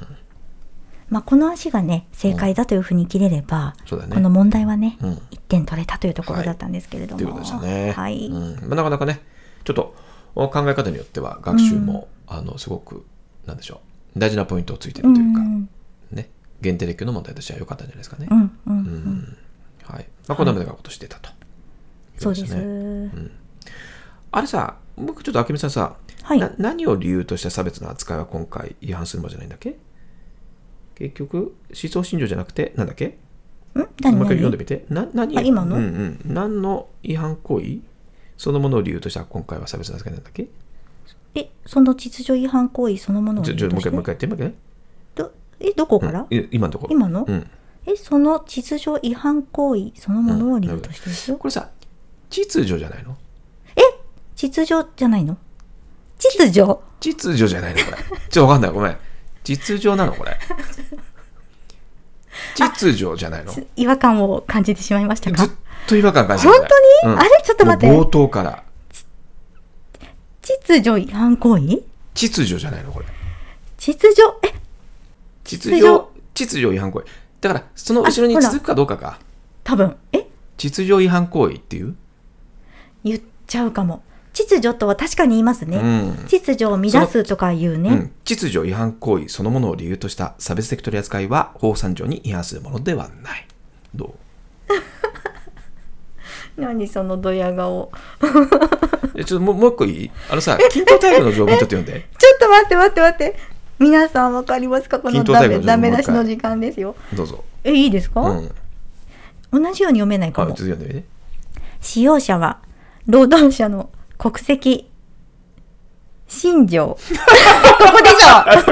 [SPEAKER 2] まあ、この足がね、正解だというふうに切れれば、
[SPEAKER 1] そうだね。
[SPEAKER 2] この問題はね、
[SPEAKER 1] うん。
[SPEAKER 2] 一点取れたというところだったんですけれども。
[SPEAKER 1] ということでしたね。
[SPEAKER 2] はい。
[SPEAKER 1] うんまあ、なかなかね、ちょっとお考え方によっては学習も、あのすごくなんでしょう大事なポイントをついてるというか、
[SPEAKER 2] うん
[SPEAKER 1] ね限定列挙の問題としては良かったんじゃないですかね
[SPEAKER 2] う。んうんう
[SPEAKER 1] うん
[SPEAKER 2] ん。
[SPEAKER 1] はい。まあこんな問題がことしてたと。
[SPEAKER 2] そうです。
[SPEAKER 1] ねあれさ、僕ちょっと明美さんさ、
[SPEAKER 2] はい
[SPEAKER 1] な何を理由とした差別の扱いは今回違反するものじゃないんだっけ？結局思想信条じゃなくてなんだっけ？
[SPEAKER 2] ん何
[SPEAKER 1] もう一回読ん
[SPEAKER 2] 何
[SPEAKER 1] でみて。な何
[SPEAKER 2] あ今の
[SPEAKER 1] うんうん、何の違反行為そのものを理由とした今回は差別の扱いなんだっけ
[SPEAKER 2] え、その秩序違反行為そのものを
[SPEAKER 1] ちょ、
[SPEAKER 2] 理
[SPEAKER 1] ちょ、
[SPEAKER 2] 由
[SPEAKER 1] もう
[SPEAKER 2] と
[SPEAKER 1] 一
[SPEAKER 2] して
[SPEAKER 1] 回、もう一回やってみる
[SPEAKER 2] どえ、どこか
[SPEAKER 1] わ
[SPEAKER 2] ら、
[SPEAKER 1] けね。うんい今のところ。
[SPEAKER 2] 今の
[SPEAKER 1] うん。
[SPEAKER 2] え、その秩序違反行為そのものを理由としてですよ。
[SPEAKER 1] これさ、秩序じゃないの
[SPEAKER 2] 秩序じゃないの秩序
[SPEAKER 1] 秩序じゃないのこれ。 ちょっとわかんない。ごめん。秩序なのこ れ。秩序じゃないのずっ
[SPEAKER 2] 違和感を感じてしまいましたか本
[SPEAKER 1] と違和感感じ
[SPEAKER 2] 当
[SPEAKER 1] る
[SPEAKER 2] に、
[SPEAKER 1] こうん
[SPEAKER 2] あれちょっと待っ
[SPEAKER 1] もう
[SPEAKER 2] て。
[SPEAKER 1] 冒頭から。
[SPEAKER 2] 秩序違反行為
[SPEAKER 1] 秩序じゃないのこれ。
[SPEAKER 2] 秩序、え、
[SPEAKER 1] 秩
[SPEAKER 2] 序
[SPEAKER 1] 序、秩序違反行為。だから、その後ろに
[SPEAKER 2] あほら
[SPEAKER 1] 続くかどうかか。
[SPEAKER 2] 多分、え、
[SPEAKER 1] 秩序違反行為っていう。
[SPEAKER 2] 言っちゃうかも。秩序とは確かに言いますね。
[SPEAKER 1] うん
[SPEAKER 2] 秩序を乱すとか言うね。
[SPEAKER 1] うん、秩序違反行為そのものを理由とした差別的取り扱いは法三条に違反するものではない。どう
[SPEAKER 2] 何そのドヤ顔。
[SPEAKER 1] えちょっともうもう一個いいあの さ、均等タイプの条文ちょっと読んで。
[SPEAKER 2] ちょっと待って待って待って。皆さんわかりますかこの
[SPEAKER 1] 均等
[SPEAKER 2] ダ
[SPEAKER 1] タイプ
[SPEAKER 2] メ
[SPEAKER 1] の
[SPEAKER 2] ダメ
[SPEAKER 1] もう
[SPEAKER 2] 出
[SPEAKER 1] 一
[SPEAKER 2] し
[SPEAKER 1] 回
[SPEAKER 2] の時間ですよ。
[SPEAKER 1] どうぞ。
[SPEAKER 2] え、いいですか、
[SPEAKER 1] うん。はい、
[SPEAKER 2] 同じように読めな
[SPEAKER 1] ち
[SPEAKER 2] い
[SPEAKER 1] ょ
[SPEAKER 2] か
[SPEAKER 1] っと
[SPEAKER 2] も。
[SPEAKER 1] 読んでみて。
[SPEAKER 2] 使用者は、労働者の国籍、信条。ここでしょ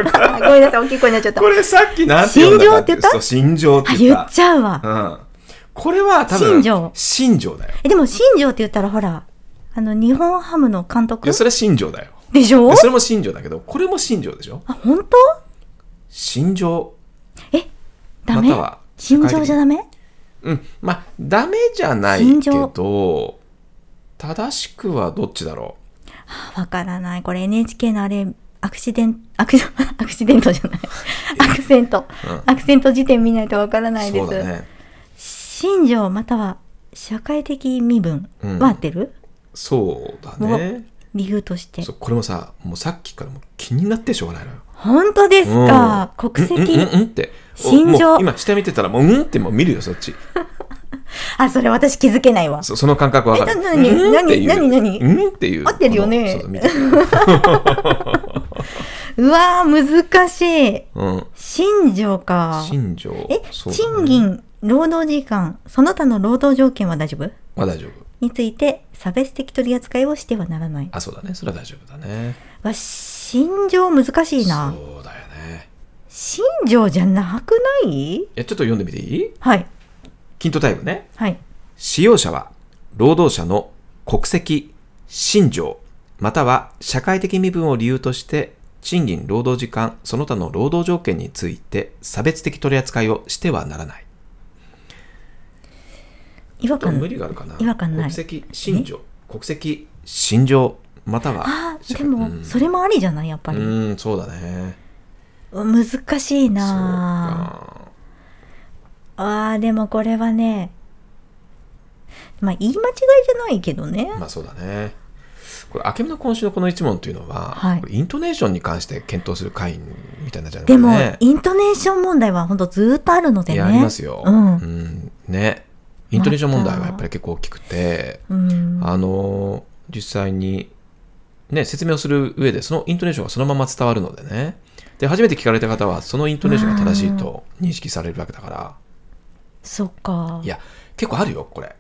[SPEAKER 2] ごめんなさい、大きい声になっちゃった。
[SPEAKER 1] これさっきなんて読んだか
[SPEAKER 2] 心情って言った
[SPEAKER 1] そう、心情って
[SPEAKER 2] あ、
[SPEAKER 1] 言
[SPEAKER 2] 言
[SPEAKER 1] った。
[SPEAKER 2] っちゃうわ。
[SPEAKER 1] うん。これは多分、
[SPEAKER 2] 心情
[SPEAKER 1] 心情だよ。
[SPEAKER 2] え、でも、新庄って言ったらほら、あの、日本ハムの監
[SPEAKER 1] い
[SPEAKER 2] 督
[SPEAKER 1] や、それは心情だよ。
[SPEAKER 2] でしょ
[SPEAKER 1] それも心情だけど、これも心情でしょ
[SPEAKER 2] あ、本当
[SPEAKER 1] 心情。
[SPEAKER 2] え、ダメ
[SPEAKER 1] または
[SPEAKER 2] 心情じゃダメ
[SPEAKER 1] うん、まあダメじゃない
[SPEAKER 2] 心
[SPEAKER 1] け
[SPEAKER 2] 情
[SPEAKER 1] ど正しくはどっちだろ
[SPEAKER 2] あわからない。これ NHK のあれ、アクシデン、アクシ、アクシデン トじゃない。アクセント。
[SPEAKER 1] うん
[SPEAKER 2] アクセント辞典見ないとわから
[SPEAKER 1] う
[SPEAKER 2] ないで
[SPEAKER 1] そうだ
[SPEAKER 2] す。
[SPEAKER 1] ね
[SPEAKER 2] 新庄または社会的身分
[SPEAKER 1] うん
[SPEAKER 2] は合ってる、
[SPEAKER 1] そうだね
[SPEAKER 2] 理由として
[SPEAKER 1] そ。うこれもさもうさっきからもう気になってしょうがないのよ
[SPEAKER 2] 本当ですか、国籍、
[SPEAKER 1] うんうんうんうんってお
[SPEAKER 2] 心情
[SPEAKER 1] もう今下見てたらもううんってもう見るよそっち
[SPEAKER 2] あ、それ私気づけないわ。
[SPEAKER 1] そその感覚わかる。
[SPEAKER 2] え何何
[SPEAKER 1] うんっていう
[SPEAKER 2] 何何何
[SPEAKER 1] うんっていう。
[SPEAKER 2] 合ってるよね
[SPEAKER 1] このそう見て
[SPEAKER 2] うわー、難しい。
[SPEAKER 1] うん。
[SPEAKER 2] 信条か。
[SPEAKER 1] 新庄。
[SPEAKER 2] え、
[SPEAKER 1] そうだね
[SPEAKER 2] 賃金、労働時間、その他の労働条件は大丈夫
[SPEAKER 1] は大丈夫。
[SPEAKER 2] について差別的取り扱いをしてはならない。
[SPEAKER 1] あ、そうだね。それは大丈夫だね。
[SPEAKER 2] わ、信条難しいな。
[SPEAKER 1] そうだよね。
[SPEAKER 2] 信条じゃなくない
[SPEAKER 1] え、ちょっと読んでみていい
[SPEAKER 2] はい。
[SPEAKER 1] ヒントタイムね。
[SPEAKER 2] はい。
[SPEAKER 1] 使用者は、労働者の国籍、信条、または社会的身分を理由として、賃金、労働時間、その他の労働条件について差別的取り扱いをしてはならない。
[SPEAKER 2] 違和
[SPEAKER 1] ちょっと無
[SPEAKER 2] 感。
[SPEAKER 1] 理があるかな。
[SPEAKER 2] 違和感ない
[SPEAKER 1] 国籍、信条、国籍、信条、または。
[SPEAKER 2] あー、
[SPEAKER 1] 社
[SPEAKER 2] で
[SPEAKER 1] 会う
[SPEAKER 2] も、
[SPEAKER 1] ん
[SPEAKER 2] それもありじゃないやっぱ
[SPEAKER 1] う
[SPEAKER 2] り。
[SPEAKER 1] ーん、そうだね。
[SPEAKER 2] 難しい
[SPEAKER 1] そう
[SPEAKER 2] な
[SPEAKER 1] か。
[SPEAKER 2] あー、でもこれはね、まあ、言い間違いじゃないけどね。
[SPEAKER 1] まあそうだね。これ、明美の今週のこの一問というのは、
[SPEAKER 2] はい
[SPEAKER 1] これイントネーションに関して検討する会みたいになっちゃうの
[SPEAKER 2] でも、
[SPEAKER 1] ね。
[SPEAKER 2] イントネーション問題は本当ずーっとあるのでね。
[SPEAKER 1] いやありますよ、
[SPEAKER 2] うん
[SPEAKER 1] んねイントネーション問題はやっぱり結構大きくて、
[SPEAKER 2] うん。
[SPEAKER 1] あの実際にね説明をする上でそのイントネーションがそのまま伝わるのでねで初めて聞かれた方はそのイントネーションが正しいと認識されるわけだから、
[SPEAKER 2] そっか
[SPEAKER 1] い。や結構あるよこれ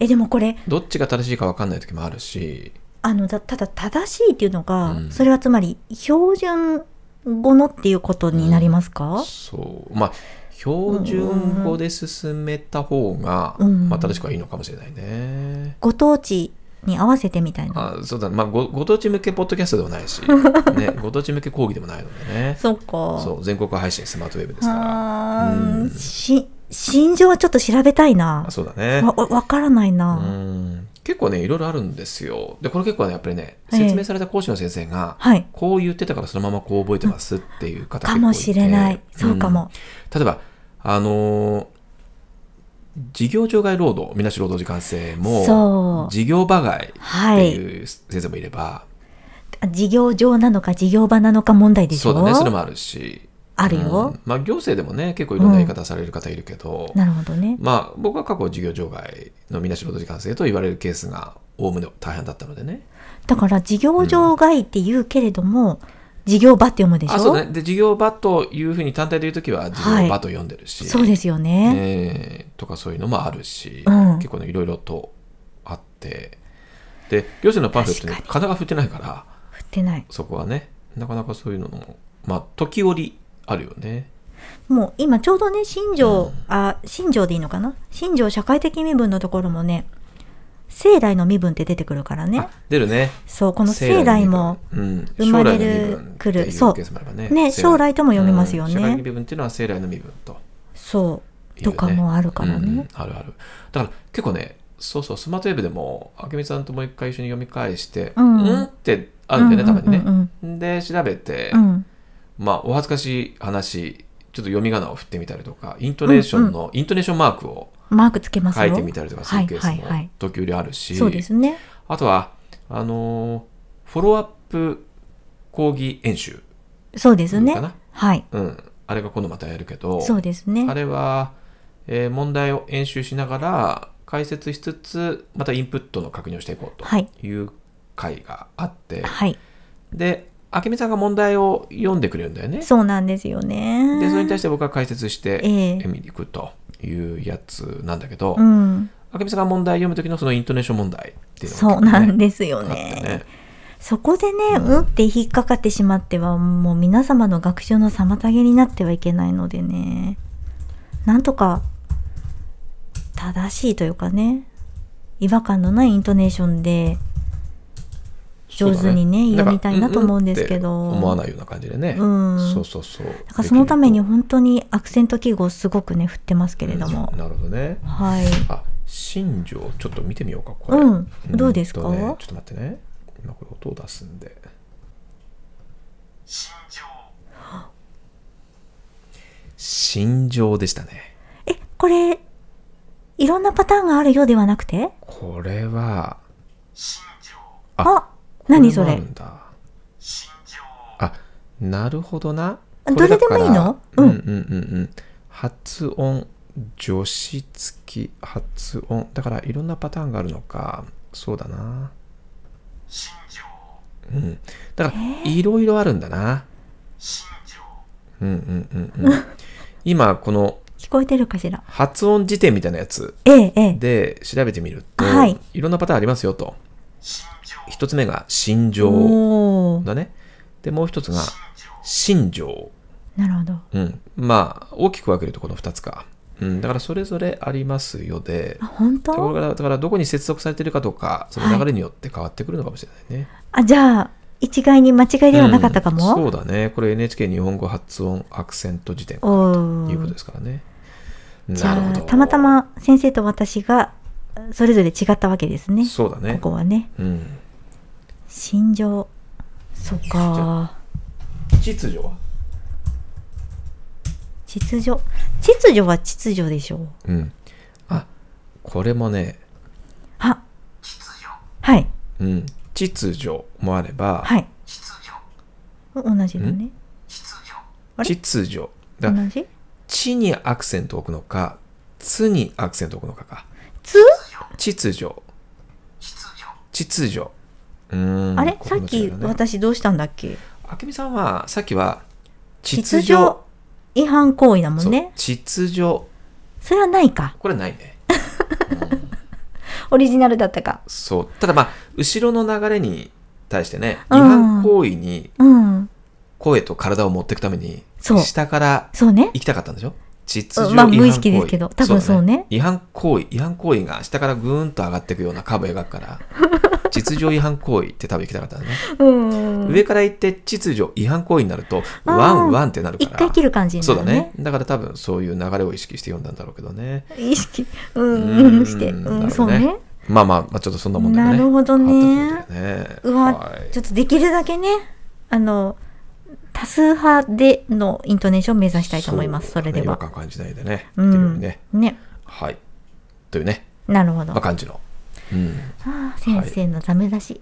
[SPEAKER 2] え、でもこれ、
[SPEAKER 1] どっちが正しいか分かんない時もあるし
[SPEAKER 2] あの、だただ正しいっていうのが、
[SPEAKER 1] うん
[SPEAKER 2] それはつまり標準語のっていうことになりますか、
[SPEAKER 1] そうまあ標準語で進めた方が、
[SPEAKER 2] うん
[SPEAKER 1] まあ、正しくはいいのかもしれないね。
[SPEAKER 2] ご当地に合わせてみたいな。
[SPEAKER 1] あそうだね、まあご、ご当地向けポッドキャストでもないし、 ね、ご当地向け講義でもないのでね、
[SPEAKER 2] そっか。
[SPEAKER 1] そう全国配信スマートウェブですから、
[SPEAKER 2] あー
[SPEAKER 1] うん
[SPEAKER 2] し、心情はちょっと調べたいな
[SPEAKER 1] あ。そうだね
[SPEAKER 2] わ、。わわからないうな。
[SPEAKER 1] ん結構ね、いろいろあるんですよ。で、これ結構ね、やっぱりね、
[SPEAKER 2] ええ
[SPEAKER 1] 説明された講師の先生が、
[SPEAKER 2] はい。
[SPEAKER 1] こう言ってたからそのままこう覚えてますっていう方結
[SPEAKER 2] か
[SPEAKER 1] 構
[SPEAKER 2] も
[SPEAKER 1] いて
[SPEAKER 2] しれない。そうか。
[SPEAKER 1] ん
[SPEAKER 2] も。
[SPEAKER 1] 例えば、あのー事業場外労働、みなし労働時間制
[SPEAKER 2] そ
[SPEAKER 1] も、
[SPEAKER 2] う
[SPEAKER 1] 事業場外っ
[SPEAKER 2] は
[SPEAKER 1] て
[SPEAKER 2] い。
[SPEAKER 1] いう先生もいれば、
[SPEAKER 2] あ事業上なのか事業場なのか問題でし
[SPEAKER 1] そ
[SPEAKER 2] ょ
[SPEAKER 1] うだね、それもあるし、
[SPEAKER 2] あるよ
[SPEAKER 1] うん。まあ、行政でもね結構いろんな言い方される方いるけど、
[SPEAKER 2] なるほどね。
[SPEAKER 1] まあ、僕は過去事業場外のみなし労働時間制と言われるケースがおおむね大半だったのでね。
[SPEAKER 2] だから事業場外って言うけれども、事業場って読むでしょ
[SPEAKER 1] あそうだねで事業場というふうに単体で言う時は事業場と呼んでるし、
[SPEAKER 2] そうですよね。
[SPEAKER 1] えーとかそういうのもあるし、
[SPEAKER 2] うん
[SPEAKER 1] 結構ねいろいろとあってで行政のパンフレットに
[SPEAKER 2] 確
[SPEAKER 1] 金が振ってないから
[SPEAKER 2] 振ってない。
[SPEAKER 1] そこはねなかなかそういうのもまあ時折あるよね。
[SPEAKER 2] もう今ちょうどね、新庄、あ、新庄でいいのかな新庄社会的身分のところもね、生来の身分って出てくるからね
[SPEAKER 1] あ。出るね。
[SPEAKER 2] そう、この生来も、生
[SPEAKER 1] 生
[SPEAKER 2] ま
[SPEAKER 1] ま
[SPEAKER 2] れ
[SPEAKER 1] れ
[SPEAKER 2] る
[SPEAKER 1] る
[SPEAKER 2] くるそう
[SPEAKER 1] ね
[SPEAKER 2] ね
[SPEAKER 1] 生
[SPEAKER 2] 将来とも読みますよね
[SPEAKER 1] うん社会的身分っていうのは生来の身分と
[SPEAKER 2] そう、
[SPEAKER 1] いうね
[SPEAKER 2] とかもあるから
[SPEAKER 1] うん
[SPEAKER 2] ね。
[SPEAKER 1] あるあるだから結構ねそうそうスマートウェブでもあけみさんともう一回一緒に読み返して「
[SPEAKER 2] う
[SPEAKER 1] うんん?」ってあるんだよねたまに
[SPEAKER 2] うんう
[SPEAKER 1] ね
[SPEAKER 2] ん
[SPEAKER 1] で調べて、
[SPEAKER 2] うんうん。
[SPEAKER 1] まあお恥ずかしい話ちょっと読み仮名を振ってみたりとかイントネーションの、イントネーションマークを
[SPEAKER 2] うんマークつけますよ。
[SPEAKER 1] 書いてみたりとかするケース
[SPEAKER 2] はいはいはい
[SPEAKER 1] も時折あるし、
[SPEAKER 2] そうですね。
[SPEAKER 1] あとはあのーフォローアップ講義演習
[SPEAKER 2] そうです
[SPEAKER 1] か
[SPEAKER 2] ね。
[SPEAKER 1] な
[SPEAKER 2] はい。
[SPEAKER 1] うん、あれが今度またやるけど、
[SPEAKER 2] そうですね
[SPEAKER 1] あ。れは、えー問題を演習しながら解説しつつまたインプットの確認をしていこう
[SPEAKER 2] はい
[SPEAKER 1] という回があって、
[SPEAKER 2] はい。
[SPEAKER 1] で明美さんが問題を読んでくれるんだよね。
[SPEAKER 2] そうなんですよね。
[SPEAKER 1] でそれに対して僕が解説して
[SPEAKER 2] ええ
[SPEAKER 1] 見に行くというやつなんだけど、
[SPEAKER 2] うん。
[SPEAKER 1] 明美さんが問題読む時のそのイントネーション問題っていうの
[SPEAKER 2] そ
[SPEAKER 1] が
[SPEAKER 2] う
[SPEAKER 1] 結構ね
[SPEAKER 2] なんですよ
[SPEAKER 1] あって
[SPEAKER 2] ね。
[SPEAKER 1] ね
[SPEAKER 2] そこでね、うんって引っかかってしまっては、もう皆様の学習の妨げになってはいけないのでね、なんとか、正しいというかね、違和感のないイントネーションで、上手にね
[SPEAKER 1] そうだ
[SPEAKER 2] 読みたいなと思うんですけ
[SPEAKER 1] なんかう
[SPEAKER 2] ど
[SPEAKER 1] って思わないような感じでね、
[SPEAKER 2] うん
[SPEAKER 1] そうそうそう
[SPEAKER 2] だからそのために
[SPEAKER 1] できる
[SPEAKER 2] 本当にアクセント記号をすごくね、振ってますけれど
[SPEAKER 1] と
[SPEAKER 2] も
[SPEAKER 1] うん。なるほどね
[SPEAKER 2] はい。
[SPEAKER 1] あ新庄ちょっと見てみようかこれ、
[SPEAKER 2] うん、どうですか、
[SPEAKER 1] んとねちょっと待ってね今これ音を出すんで新庄でしたね
[SPEAKER 2] え、これ、いろんなパターンがあるようではなくて
[SPEAKER 1] これは
[SPEAKER 2] あ
[SPEAKER 1] あ
[SPEAKER 2] 何そ
[SPEAKER 1] こもあ
[SPEAKER 2] れ
[SPEAKER 1] るんだあなるほどな
[SPEAKER 2] どれでもいいの
[SPEAKER 1] これだから
[SPEAKER 2] うん
[SPEAKER 1] うんうんうんうん発音助詞付き発音だからいろんなパターンがあるのかそうだな
[SPEAKER 3] 新庄
[SPEAKER 1] うんだからいろいろあるんだな
[SPEAKER 3] 新庄
[SPEAKER 1] うんうんうんうん 今この
[SPEAKER 2] 聞こえてるかしら
[SPEAKER 1] 発音辞典みたいなやつ
[SPEAKER 2] ええええ
[SPEAKER 1] で調べてみると、
[SPEAKER 2] はい
[SPEAKER 1] い、ろんなパターンありますよと
[SPEAKER 3] 新庄
[SPEAKER 1] 一つ目が心情
[SPEAKER 2] おお
[SPEAKER 1] だねでもう一つが
[SPEAKER 3] 新庄
[SPEAKER 1] 心情
[SPEAKER 2] なるほど
[SPEAKER 1] うん、まあ大きく分けるとこの2つか、うん、だからそれぞれありますよで
[SPEAKER 2] あ本
[SPEAKER 1] だか
[SPEAKER 2] 当
[SPEAKER 1] らだからどこに接続されてるかとかその流れによって変わってくるのかもしれないね、
[SPEAKER 2] あじゃあ一概に間違いではなかったかも、
[SPEAKER 1] うんそうだねこれ NHK 日本語発音アクセント辞典と
[SPEAKER 2] おお
[SPEAKER 1] いうことですからね
[SPEAKER 2] じ
[SPEAKER 1] なる
[SPEAKER 2] ゃ
[SPEAKER 1] ほ
[SPEAKER 2] あ
[SPEAKER 1] ど
[SPEAKER 2] たまたま先生と私がそれぞれ違ったわけですね
[SPEAKER 1] そうだね
[SPEAKER 2] ここはね
[SPEAKER 1] うん
[SPEAKER 2] 心情そうか
[SPEAKER 1] 秩序は
[SPEAKER 2] 秩序秩序は秩序でしょう
[SPEAKER 1] うんあこれもね
[SPEAKER 2] あ
[SPEAKER 3] 秩序
[SPEAKER 2] はい
[SPEAKER 1] うん秩序もあれば、
[SPEAKER 2] はい
[SPEAKER 3] 秩序
[SPEAKER 2] 同じだね
[SPEAKER 3] 秩序
[SPEAKER 2] あれ
[SPEAKER 1] 秩序だ
[SPEAKER 2] 同
[SPEAKER 1] から
[SPEAKER 2] じ
[SPEAKER 1] 「地」にアクセントを置くのか「つ」にアクセントを置くのかか
[SPEAKER 2] つ
[SPEAKER 1] 秩序
[SPEAKER 3] 秩序
[SPEAKER 1] 秩序うーん
[SPEAKER 2] あれ
[SPEAKER 1] こ
[SPEAKER 2] さ
[SPEAKER 1] こ
[SPEAKER 2] っ
[SPEAKER 1] の
[SPEAKER 2] き
[SPEAKER 1] 違いだね
[SPEAKER 2] 私どうしたんだっけ
[SPEAKER 1] あけみさんはさっきは秩
[SPEAKER 2] 秩
[SPEAKER 1] 序
[SPEAKER 2] 序違反行為だもんね
[SPEAKER 1] そう秩序こ
[SPEAKER 2] それはないか
[SPEAKER 1] れないね
[SPEAKER 2] オリジナルだったか
[SPEAKER 1] そうただまあ後ろの流れに対してね違
[SPEAKER 2] うん
[SPEAKER 1] 反行為に
[SPEAKER 2] うん
[SPEAKER 1] 声と体を持っていくために
[SPEAKER 2] そう
[SPEAKER 1] 下から
[SPEAKER 2] そうね
[SPEAKER 1] 行きたかったんでしょ秩序
[SPEAKER 2] まあ
[SPEAKER 1] 違反行為
[SPEAKER 2] 無意識ですけど多分そうね
[SPEAKER 1] だ違反行為違反行為が下からぐーんと上がっていくようなカーブを描くから 秩序違反行為って多分行きたかったんだね
[SPEAKER 2] うん
[SPEAKER 1] 上から行って秩序違反行為になるとワンワンってなるか
[SPEAKER 2] 一
[SPEAKER 1] ら
[SPEAKER 2] 回切る感じにな
[SPEAKER 1] そう
[SPEAKER 2] る
[SPEAKER 1] だねだから多分そういう流れを意識して読んだんだろうけどね
[SPEAKER 2] 意識うんう
[SPEAKER 1] うんん
[SPEAKER 2] して
[SPEAKER 1] なるほ
[SPEAKER 2] う
[SPEAKER 1] ど
[SPEAKER 2] ん
[SPEAKER 1] ね
[SPEAKER 2] そうね
[SPEAKER 1] まあまあ、まあ、ちょっとそんなもんだよね
[SPEAKER 2] なるほどね
[SPEAKER 1] あったということでね
[SPEAKER 2] うわ、
[SPEAKER 1] はい
[SPEAKER 2] ちょっとできるだけねあの多数派でのイントネーションを目指したいと思いますそ,、
[SPEAKER 1] うだ
[SPEAKER 2] れ
[SPEAKER 1] ね
[SPEAKER 2] で
[SPEAKER 1] 違和
[SPEAKER 2] は
[SPEAKER 1] 感感じないでね
[SPEAKER 2] う
[SPEAKER 1] できるようんにね
[SPEAKER 2] ね
[SPEAKER 1] はいというね、
[SPEAKER 2] なるほど、
[SPEAKER 1] まあ、感じのうん
[SPEAKER 2] あー先生のダメ出 し、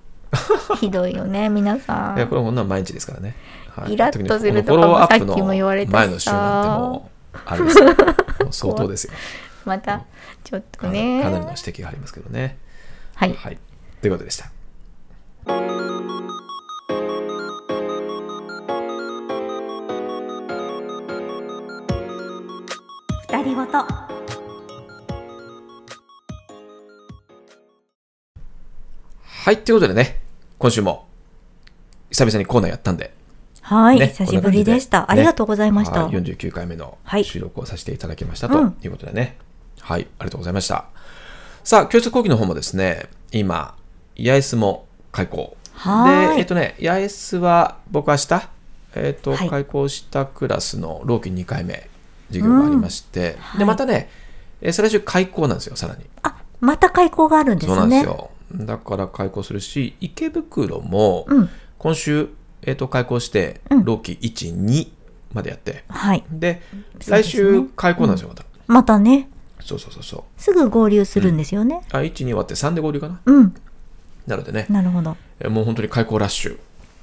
[SPEAKER 2] ひどいよね皆さん
[SPEAKER 1] いやこれもな毎日ですからね、は
[SPEAKER 2] イラッとすると
[SPEAKER 1] 特にこ
[SPEAKER 2] か
[SPEAKER 1] の
[SPEAKER 2] も
[SPEAKER 1] フォローアップ
[SPEAKER 2] さっきも言われたし
[SPEAKER 1] の前の週なんてもうあれですよもう相当ですよ
[SPEAKER 2] またちょっと
[SPEAKER 1] かなり
[SPEAKER 2] ね
[SPEAKER 1] かなりの指摘がありますけどね
[SPEAKER 2] はい
[SPEAKER 1] はい、ということでした
[SPEAKER 2] 二人ごと
[SPEAKER 1] はいということでね今週も久々にコーナーやったんで
[SPEAKER 2] はい、
[SPEAKER 1] ね
[SPEAKER 2] 久しぶりでした
[SPEAKER 1] こんな
[SPEAKER 2] あ
[SPEAKER 1] 感じ
[SPEAKER 2] り
[SPEAKER 1] で
[SPEAKER 2] がとうございました、
[SPEAKER 1] はい49回目の
[SPEAKER 2] はい
[SPEAKER 1] 収録をさせていただきました
[SPEAKER 2] う
[SPEAKER 1] と
[SPEAKER 2] ん
[SPEAKER 1] いうことでね。はい、ありがとうございました。さあ、教室講義の方もですね、今、八重洲も開講。
[SPEAKER 2] はーい
[SPEAKER 1] で、えっとね、八重洲は僕明日、えっと、
[SPEAKER 2] はい
[SPEAKER 1] 開講したクラスの老期2回目、授業がありまして、
[SPEAKER 2] い
[SPEAKER 1] で、またね、えー再来週開講なんですよ、さらに。
[SPEAKER 2] あまた開講があるんです
[SPEAKER 1] そうな
[SPEAKER 2] ね
[SPEAKER 1] んですよ。だから開講するし、池袋も、
[SPEAKER 2] うん
[SPEAKER 1] 今週、えっと開講して、
[SPEAKER 2] うん
[SPEAKER 1] 老期1、2までやって、
[SPEAKER 2] はい
[SPEAKER 1] で、
[SPEAKER 2] そうで
[SPEAKER 1] 来
[SPEAKER 2] すね
[SPEAKER 1] 週開講なんですよ、また。
[SPEAKER 2] またね
[SPEAKER 1] そうそうそうそう。
[SPEAKER 2] すぐ合流するんですよね
[SPEAKER 1] あ、1、2終わって3で合流かな。
[SPEAKER 2] うん、
[SPEAKER 1] なのでね、
[SPEAKER 2] なるほど
[SPEAKER 1] えもう本当に開講ラッシュ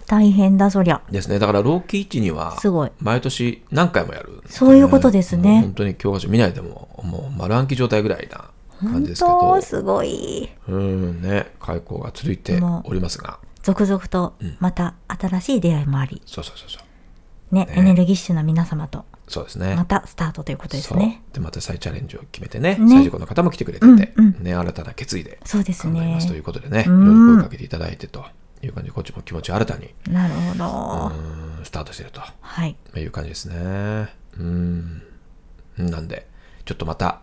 [SPEAKER 2] 大変だそりゃ
[SPEAKER 1] ですね。だから、老期1、2は、
[SPEAKER 2] すごい
[SPEAKER 1] 毎年何回もやる。
[SPEAKER 2] そういうことですね
[SPEAKER 1] もう本当に教科書見ないでも、もう丸暗記状態ぐらいな感
[SPEAKER 2] 本
[SPEAKER 1] じですけど
[SPEAKER 2] 当、すごい
[SPEAKER 1] うんね、開講が続いておりますが、
[SPEAKER 2] 続々とまた新しい出会いもあり、
[SPEAKER 1] そうそうそうそう。
[SPEAKER 2] ねエネルギッシュな皆様と
[SPEAKER 1] そうですね。
[SPEAKER 2] またスタートということです
[SPEAKER 1] そう
[SPEAKER 2] ね。
[SPEAKER 1] で、また再チャレンジを決めてね、
[SPEAKER 2] ね
[SPEAKER 1] 再受講の方も来てくれてて、
[SPEAKER 2] うんう
[SPEAKER 1] ね、新たな決意で
[SPEAKER 2] そうです
[SPEAKER 1] 考え
[SPEAKER 2] ね
[SPEAKER 1] ますということでね、い
[SPEAKER 2] う
[SPEAKER 1] ろ
[SPEAKER 2] ん
[SPEAKER 1] いろ声かけていただいてという感じで、こっちも気持ちを新たに、
[SPEAKER 2] なるほど、
[SPEAKER 1] うんスタートしてると。
[SPEAKER 2] はい
[SPEAKER 1] いう感じですね。うん。なんで、ちょっとまた、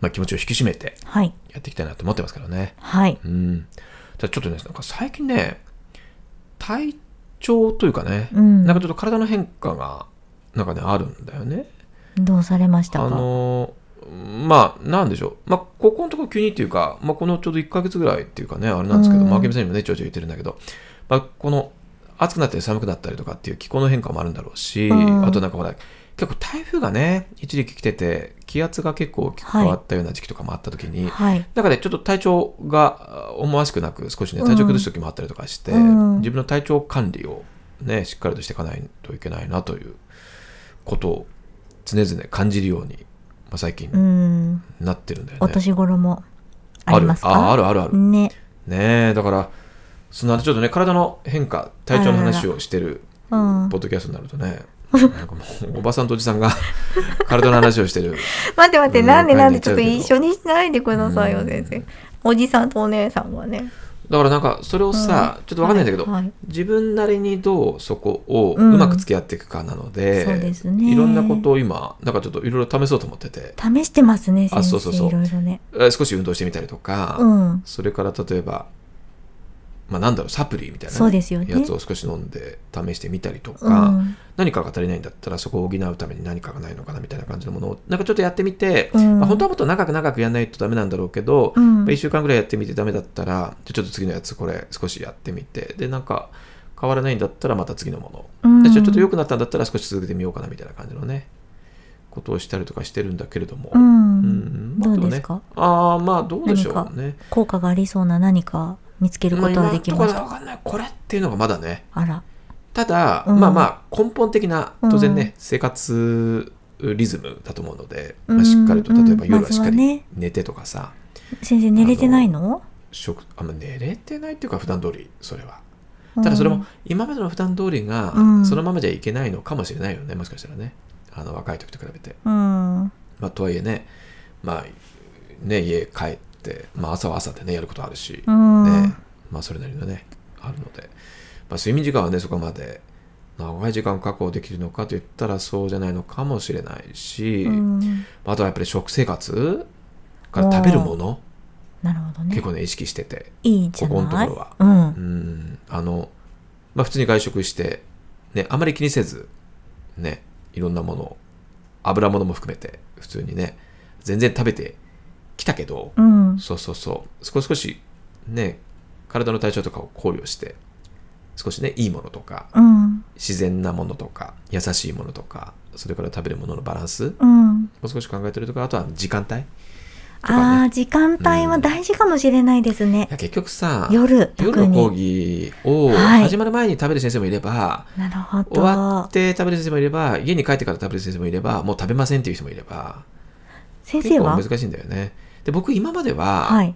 [SPEAKER 1] まあ、気持ちを引き締めて
[SPEAKER 2] はい
[SPEAKER 1] やっていきたいなと思ってますからね。
[SPEAKER 2] はい
[SPEAKER 1] うん。ただちょっとね、なんか最近ね、体調というかね、
[SPEAKER 2] うん
[SPEAKER 1] なんかちょっと体の変化が、なんかね、あるんだよね。
[SPEAKER 2] どうされました
[SPEAKER 1] あ
[SPEAKER 2] か
[SPEAKER 1] の、まあ、なんでしょう。まあ、ここのところ急にっていうか、まあ、このちょうど1ヶ月ぐらいっていうかね、あれなんですけど、
[SPEAKER 2] うん
[SPEAKER 1] まあ、明美さんにもね、ちょいちょい言ってるんだけど、まあ、この、暑くなったり寒くなったりとかっていう気候の変化もあるんだろうし、
[SPEAKER 2] うん
[SPEAKER 1] あとなんかほら、結構台風がね、一時期来てて、気圧が結構大きく変わったような時期とかもあった時に、
[SPEAKER 2] はい
[SPEAKER 1] なんかね、ちょっと体調があ思わしくなく、少しね、体調崩す時もあったりとかして、
[SPEAKER 2] うん
[SPEAKER 1] 自分の体調管理をね、しっかりとしていかないといけないなということを常々感じるように、あ、最近
[SPEAKER 2] うん、
[SPEAKER 1] なってるんだよね。
[SPEAKER 2] お年頃もありますか
[SPEAKER 1] るああるあるある。
[SPEAKER 2] ね。
[SPEAKER 1] ねえ、だから、そのあとちょっとね、体の変化、体調の話をしてる
[SPEAKER 2] うん。
[SPEAKER 1] ポッドキャストになるとね、なんかもうおばさんとおじさんが 体の話をしてる。
[SPEAKER 2] 待って待って、
[SPEAKER 1] うん
[SPEAKER 2] なんでなん
[SPEAKER 1] 会
[SPEAKER 2] で
[SPEAKER 1] に行っ
[SPEAKER 2] ち
[SPEAKER 1] ち
[SPEAKER 2] ょ
[SPEAKER 1] ゃ
[SPEAKER 2] っ
[SPEAKER 1] うけ
[SPEAKER 2] と
[SPEAKER 1] ど
[SPEAKER 2] 一緒にしないでくださいよ、
[SPEAKER 1] うん
[SPEAKER 2] 先生。おじさんとお姉さんはね。
[SPEAKER 1] だからなんか、それをさ、ちょっとわかんないんだけど、
[SPEAKER 2] はいはい
[SPEAKER 1] 自分なりにどうそこをう
[SPEAKER 2] うん
[SPEAKER 1] まく付き合っていくかなので,、
[SPEAKER 2] そうですね
[SPEAKER 1] いろんなことを今なんかちょっといろいろ試そうと思ってて
[SPEAKER 2] 試してますね、先
[SPEAKER 1] あ
[SPEAKER 2] 生。
[SPEAKER 1] そうそうそう
[SPEAKER 2] いろいろね。
[SPEAKER 1] えー少し運動してみたりとか、
[SPEAKER 2] うん。
[SPEAKER 1] それから例えば、まあ、なんだろうサプリみたいなね、
[SPEAKER 2] そうですよね
[SPEAKER 1] やつを少し飲んで試してみたりと
[SPEAKER 2] う
[SPEAKER 1] か、
[SPEAKER 2] ん。
[SPEAKER 1] 何かが足りないんだったらそこを補うために何かがないのかなみたいな感じのものをなんかちょっとやってみて、
[SPEAKER 2] うん
[SPEAKER 1] まあ、本当はもっと長く長くやらないとダメなんだろうけど、
[SPEAKER 2] うん
[SPEAKER 1] 1週間ぐらいやってみてダメだったらじゃあちょっと次のやつこれ少しやってみてでなんか変わらないんだったらまた次のもの、
[SPEAKER 2] うん
[SPEAKER 1] でちょちょっと良くなったんだったら少し続けてみようかなみたいな感じのねことをしたりとかしてるんだけれども、
[SPEAKER 2] うん
[SPEAKER 1] まあ
[SPEAKER 2] どうです
[SPEAKER 1] ね
[SPEAKER 2] か
[SPEAKER 1] ああまあどうでしょうね
[SPEAKER 2] 効果がありそうな何か見つける
[SPEAKER 1] まあ
[SPEAKER 2] こ
[SPEAKER 1] 今
[SPEAKER 2] とは
[SPEAKER 1] の
[SPEAKER 2] で
[SPEAKER 1] と
[SPEAKER 2] き
[SPEAKER 1] こ
[SPEAKER 2] ま
[SPEAKER 1] ろ
[SPEAKER 2] し
[SPEAKER 1] は
[SPEAKER 2] た。
[SPEAKER 1] 分かんないこれっていうのがまだね
[SPEAKER 2] あら。
[SPEAKER 1] ただ、
[SPEAKER 2] うん
[SPEAKER 1] まあまあ根本的な当然ね、
[SPEAKER 2] うん
[SPEAKER 1] 生活リズムだと思うので、
[SPEAKER 2] うん
[SPEAKER 1] まあ、しっかりと例えば
[SPEAKER 2] うん
[SPEAKER 1] 夜はしっか
[SPEAKER 2] まずはね
[SPEAKER 1] り寝てとかさ、
[SPEAKER 2] 先生、寝れてないの
[SPEAKER 1] 食あんま寝れてないっていうか普段通りそれはただそれも今までの普段通りが
[SPEAKER 2] うん
[SPEAKER 1] そのままじゃいけないのかもしれないよねもしかしたらねあの若い時と比べて、
[SPEAKER 2] うん。うん。
[SPEAKER 1] まあ、とはいえね,、まあ、ね家帰って、まあ、朝は朝でねやることあるし、
[SPEAKER 2] うん
[SPEAKER 1] ねまあ、それなりのねあるので、まあ、睡眠時間はねそこまで長い時間確保できるのかといったらそうじゃないのかもしれないし、
[SPEAKER 2] うん
[SPEAKER 1] あとはやっぱり食生活から食べるもの
[SPEAKER 2] なるほど
[SPEAKER 1] 結
[SPEAKER 2] ね。
[SPEAKER 1] 構ね意識してて、
[SPEAKER 2] いいじゃ
[SPEAKER 1] ここのと
[SPEAKER 2] ない
[SPEAKER 1] ころは
[SPEAKER 2] うん
[SPEAKER 1] う。んあの、まあ、普通に外食して、ね、あまり気にせず、ね、いろんなものを油物も含めて普通にね全然食べてきたけど、
[SPEAKER 2] うん。
[SPEAKER 1] そうそうそう少し少しね体の体調とかを考慮して少しねいいものとか
[SPEAKER 2] うん。
[SPEAKER 1] 自然なものとか優しいものとかそれから食べるもののバランスも
[SPEAKER 2] うん。
[SPEAKER 1] う少し考えてるとかあとは時間帯いかね
[SPEAKER 2] ああ、時間帯は大事かもしれないですね。
[SPEAKER 1] や結局さ
[SPEAKER 2] 夜、特
[SPEAKER 1] 夜の講
[SPEAKER 2] に。
[SPEAKER 1] 義を
[SPEAKER 2] はい
[SPEAKER 1] 始まる前に食べる先生もいれば、
[SPEAKER 2] なるほ
[SPEAKER 1] 終わっ
[SPEAKER 2] ど。
[SPEAKER 1] て食べる先生もいれば家に帰ってから食べる先生もいればもう食べませんっていう人もいれば
[SPEAKER 2] 先
[SPEAKER 1] 結
[SPEAKER 2] 生
[SPEAKER 1] 構
[SPEAKER 2] は
[SPEAKER 1] 難しいんだよねで僕今までは、
[SPEAKER 2] はい。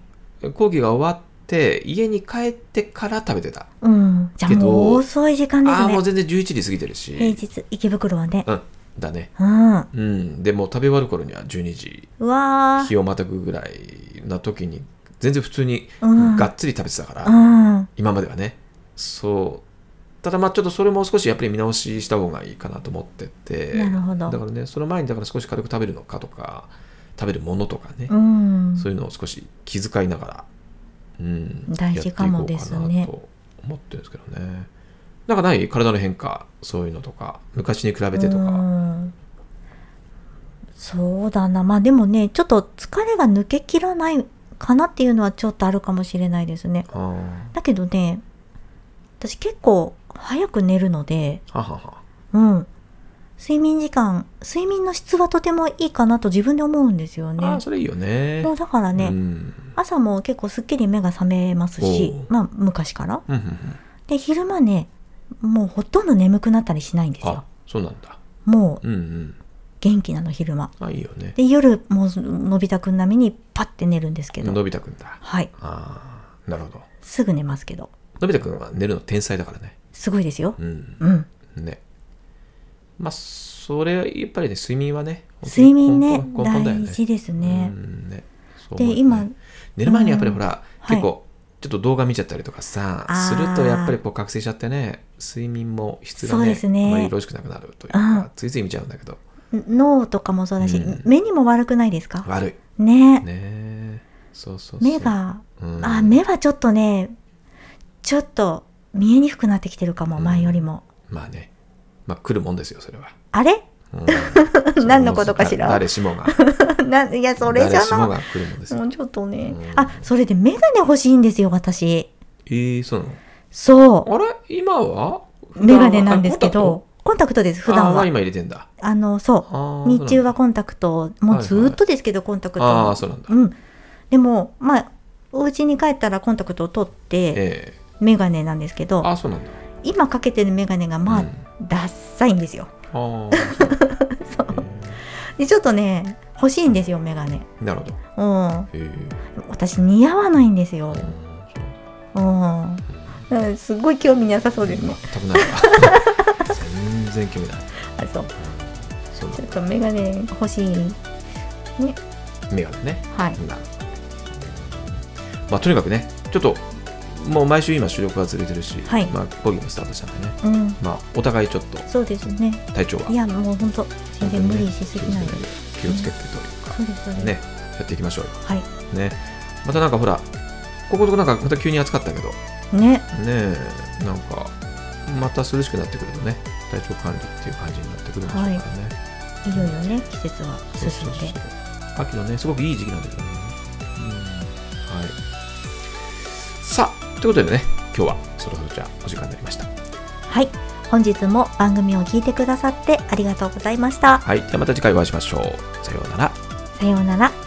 [SPEAKER 1] 講義が終わって家に帰ってから食べてた、
[SPEAKER 2] うん。じゃあ
[SPEAKER 1] けど
[SPEAKER 2] もう遅い時間で
[SPEAKER 1] ああもう
[SPEAKER 2] すね。
[SPEAKER 1] 全然11時過ぎてるし
[SPEAKER 2] 平日、池袋はね。
[SPEAKER 1] うんだね
[SPEAKER 2] うん。う
[SPEAKER 1] うんでもう食べ終わる頃には12時
[SPEAKER 2] わー
[SPEAKER 1] 日をまたぐぐらいな時に全然普通に
[SPEAKER 2] うん
[SPEAKER 1] がっつり食べてたから、
[SPEAKER 2] うん。
[SPEAKER 1] 今まではねそうただまあちょっとそれも少しやっぱり見直しした方がいいかなと思ってて
[SPEAKER 2] なるほど
[SPEAKER 1] だからねその前にだから少し軽く食べるのかとか食べるものとかね、
[SPEAKER 2] うん。
[SPEAKER 1] そういうのを少し気遣いながら、うん、
[SPEAKER 2] 大事かも
[SPEAKER 1] やっていこうかな
[SPEAKER 2] ですね
[SPEAKER 1] と思ってるんですけどねなんかない体の変化そういうのとか昔に比べてと
[SPEAKER 2] う
[SPEAKER 1] か
[SPEAKER 2] んそうだな。まあでもね、ちょっと疲れが抜けきらないかなっていうのはちょっとあるかもしれないですね。
[SPEAKER 1] あー
[SPEAKER 2] だけどね、私結構早く寝るので、
[SPEAKER 1] ははは
[SPEAKER 2] うん。睡眠時間、睡眠の質はとてもいいかなと自分で思うんですよ
[SPEAKER 1] あ
[SPEAKER 2] ね
[SPEAKER 1] ー。それいいよね
[SPEAKER 2] もうだからね、
[SPEAKER 1] うん
[SPEAKER 2] 朝も結構すっきり目が覚めますし
[SPEAKER 1] おう、
[SPEAKER 2] まあ昔から。
[SPEAKER 1] うんうんうん
[SPEAKER 2] で、昼間ね、もうほとんど眠くなったりしないんです
[SPEAKER 1] あ
[SPEAKER 2] よ。
[SPEAKER 1] そうなんだ
[SPEAKER 2] もう
[SPEAKER 1] うんうん
[SPEAKER 2] 元気なの昼間。
[SPEAKER 1] あいいよね
[SPEAKER 2] で、夜もうのび太くん並みにパッて寝るんですけど。
[SPEAKER 1] のび太くんだ
[SPEAKER 2] はい。
[SPEAKER 1] ああなるほど
[SPEAKER 2] すぐ寝ますけど。
[SPEAKER 1] のび太くんは寝るの天才だからね
[SPEAKER 2] すごいですよ
[SPEAKER 1] う。ん
[SPEAKER 2] うん。
[SPEAKER 1] ねまあそれはやっぱりね睡眠はね
[SPEAKER 2] 睡眠ね、
[SPEAKER 1] 本当に根本だよ
[SPEAKER 2] 大
[SPEAKER 1] ね
[SPEAKER 2] 事ですね
[SPEAKER 1] う。んねそう
[SPEAKER 2] で、
[SPEAKER 1] 思うよね
[SPEAKER 2] 今、
[SPEAKER 1] 寝る前にやっぱりほら、
[SPEAKER 2] うん
[SPEAKER 1] 結構ちょっと動画見ちゃったりとかさ、
[SPEAKER 2] あ
[SPEAKER 1] す
[SPEAKER 2] ー
[SPEAKER 1] るとやっぱりこう覚醒しちゃってね睡眠も質が
[SPEAKER 2] そうで
[SPEAKER 1] ね
[SPEAKER 2] すね
[SPEAKER 1] あまりよろしくなくなるという
[SPEAKER 2] うん
[SPEAKER 1] かついつい見ちゃうんだけど
[SPEAKER 2] 脳とかもそうだし、
[SPEAKER 1] うん
[SPEAKER 2] 目にも悪くないですか
[SPEAKER 1] 悪い
[SPEAKER 2] ね
[SPEAKER 1] ねそうそうそう
[SPEAKER 2] 目が、
[SPEAKER 1] うん
[SPEAKER 2] あ目はちょっとねちょっと見えにくくなってきてるかも前よりも、
[SPEAKER 1] まあねまあ来るもんですよそれは、
[SPEAKER 2] あれ
[SPEAKER 1] うん
[SPEAKER 2] 何のことかしら
[SPEAKER 1] 誰しもが
[SPEAKER 2] ないや それじ
[SPEAKER 1] 誰
[SPEAKER 2] ゃ
[SPEAKER 1] しも
[SPEAKER 2] な
[SPEAKER 1] が来るもんですよ
[SPEAKER 2] もうちょっとね、
[SPEAKER 1] うん
[SPEAKER 2] あそれで眼鏡欲しいんですよ私
[SPEAKER 1] ええそうなの
[SPEAKER 2] そう
[SPEAKER 1] あれ今は
[SPEAKER 2] 眼鏡なんですけどコンタクトです普段
[SPEAKER 1] ああ
[SPEAKER 2] は
[SPEAKER 1] 今入れてんだ
[SPEAKER 2] あのそう
[SPEAKER 1] あー
[SPEAKER 2] 日中は
[SPEAKER 1] そう
[SPEAKER 2] コンタクトもうずーっとですけど、コンタクト
[SPEAKER 1] なんだあーそうなんだ、
[SPEAKER 2] うんでもまあお家に帰ったらコンタクトを取って
[SPEAKER 1] ええ
[SPEAKER 2] 眼鏡なんですけど
[SPEAKER 1] あそうなんだ
[SPEAKER 2] 今かけてる眼鏡がまあ、
[SPEAKER 1] うん
[SPEAKER 2] ダッサいんですよ
[SPEAKER 1] ああそう
[SPEAKER 2] でちょっとね欲しいんですよメガネ
[SPEAKER 1] なるほど。
[SPEAKER 2] うん
[SPEAKER 1] へえ。
[SPEAKER 2] 私似合わないんですよ
[SPEAKER 1] うん
[SPEAKER 2] うんうんすっごい興味なさそうですね
[SPEAKER 1] 全くないわ。 全然興味ない。
[SPEAKER 2] あそう
[SPEAKER 1] そう
[SPEAKER 2] ちょっとメガネ欲しい
[SPEAKER 1] メガネね。
[SPEAKER 2] はい
[SPEAKER 1] なまあ、とにかくね、ちょっと、もう毎週今収録が続いてるし、
[SPEAKER 2] はい
[SPEAKER 1] まあ、講義もスタートしたんでね、
[SPEAKER 2] うん
[SPEAKER 1] まあ、お互いちょっと
[SPEAKER 2] そうですね、
[SPEAKER 1] 体調はい
[SPEAKER 2] やもう本当全然無理しすぎない
[SPEAKER 1] 本当にね気をつけてというか、
[SPEAKER 2] そうですそうです、
[SPEAKER 1] ね、やっていきましょう
[SPEAKER 2] はい
[SPEAKER 1] よ。ね。またなんかほら、こことこなんかまた急に暑かったけど、
[SPEAKER 2] ね
[SPEAKER 1] ねえなんかまた涼しくなってくるとね体調管理っていう感じになってくるんでしょうからね、
[SPEAKER 2] いよいよね季節は進
[SPEAKER 1] そうそうんそう
[SPEAKER 2] で
[SPEAKER 1] 秋のねすごくいい時期なんだけどね、うん、はいさあということでね今日はそろそろじゃあお時間になりました
[SPEAKER 2] はい本日も番組を聞いてくださってありがとうございました
[SPEAKER 1] はいではまた次回お会いしましょうさようなら
[SPEAKER 2] さようなら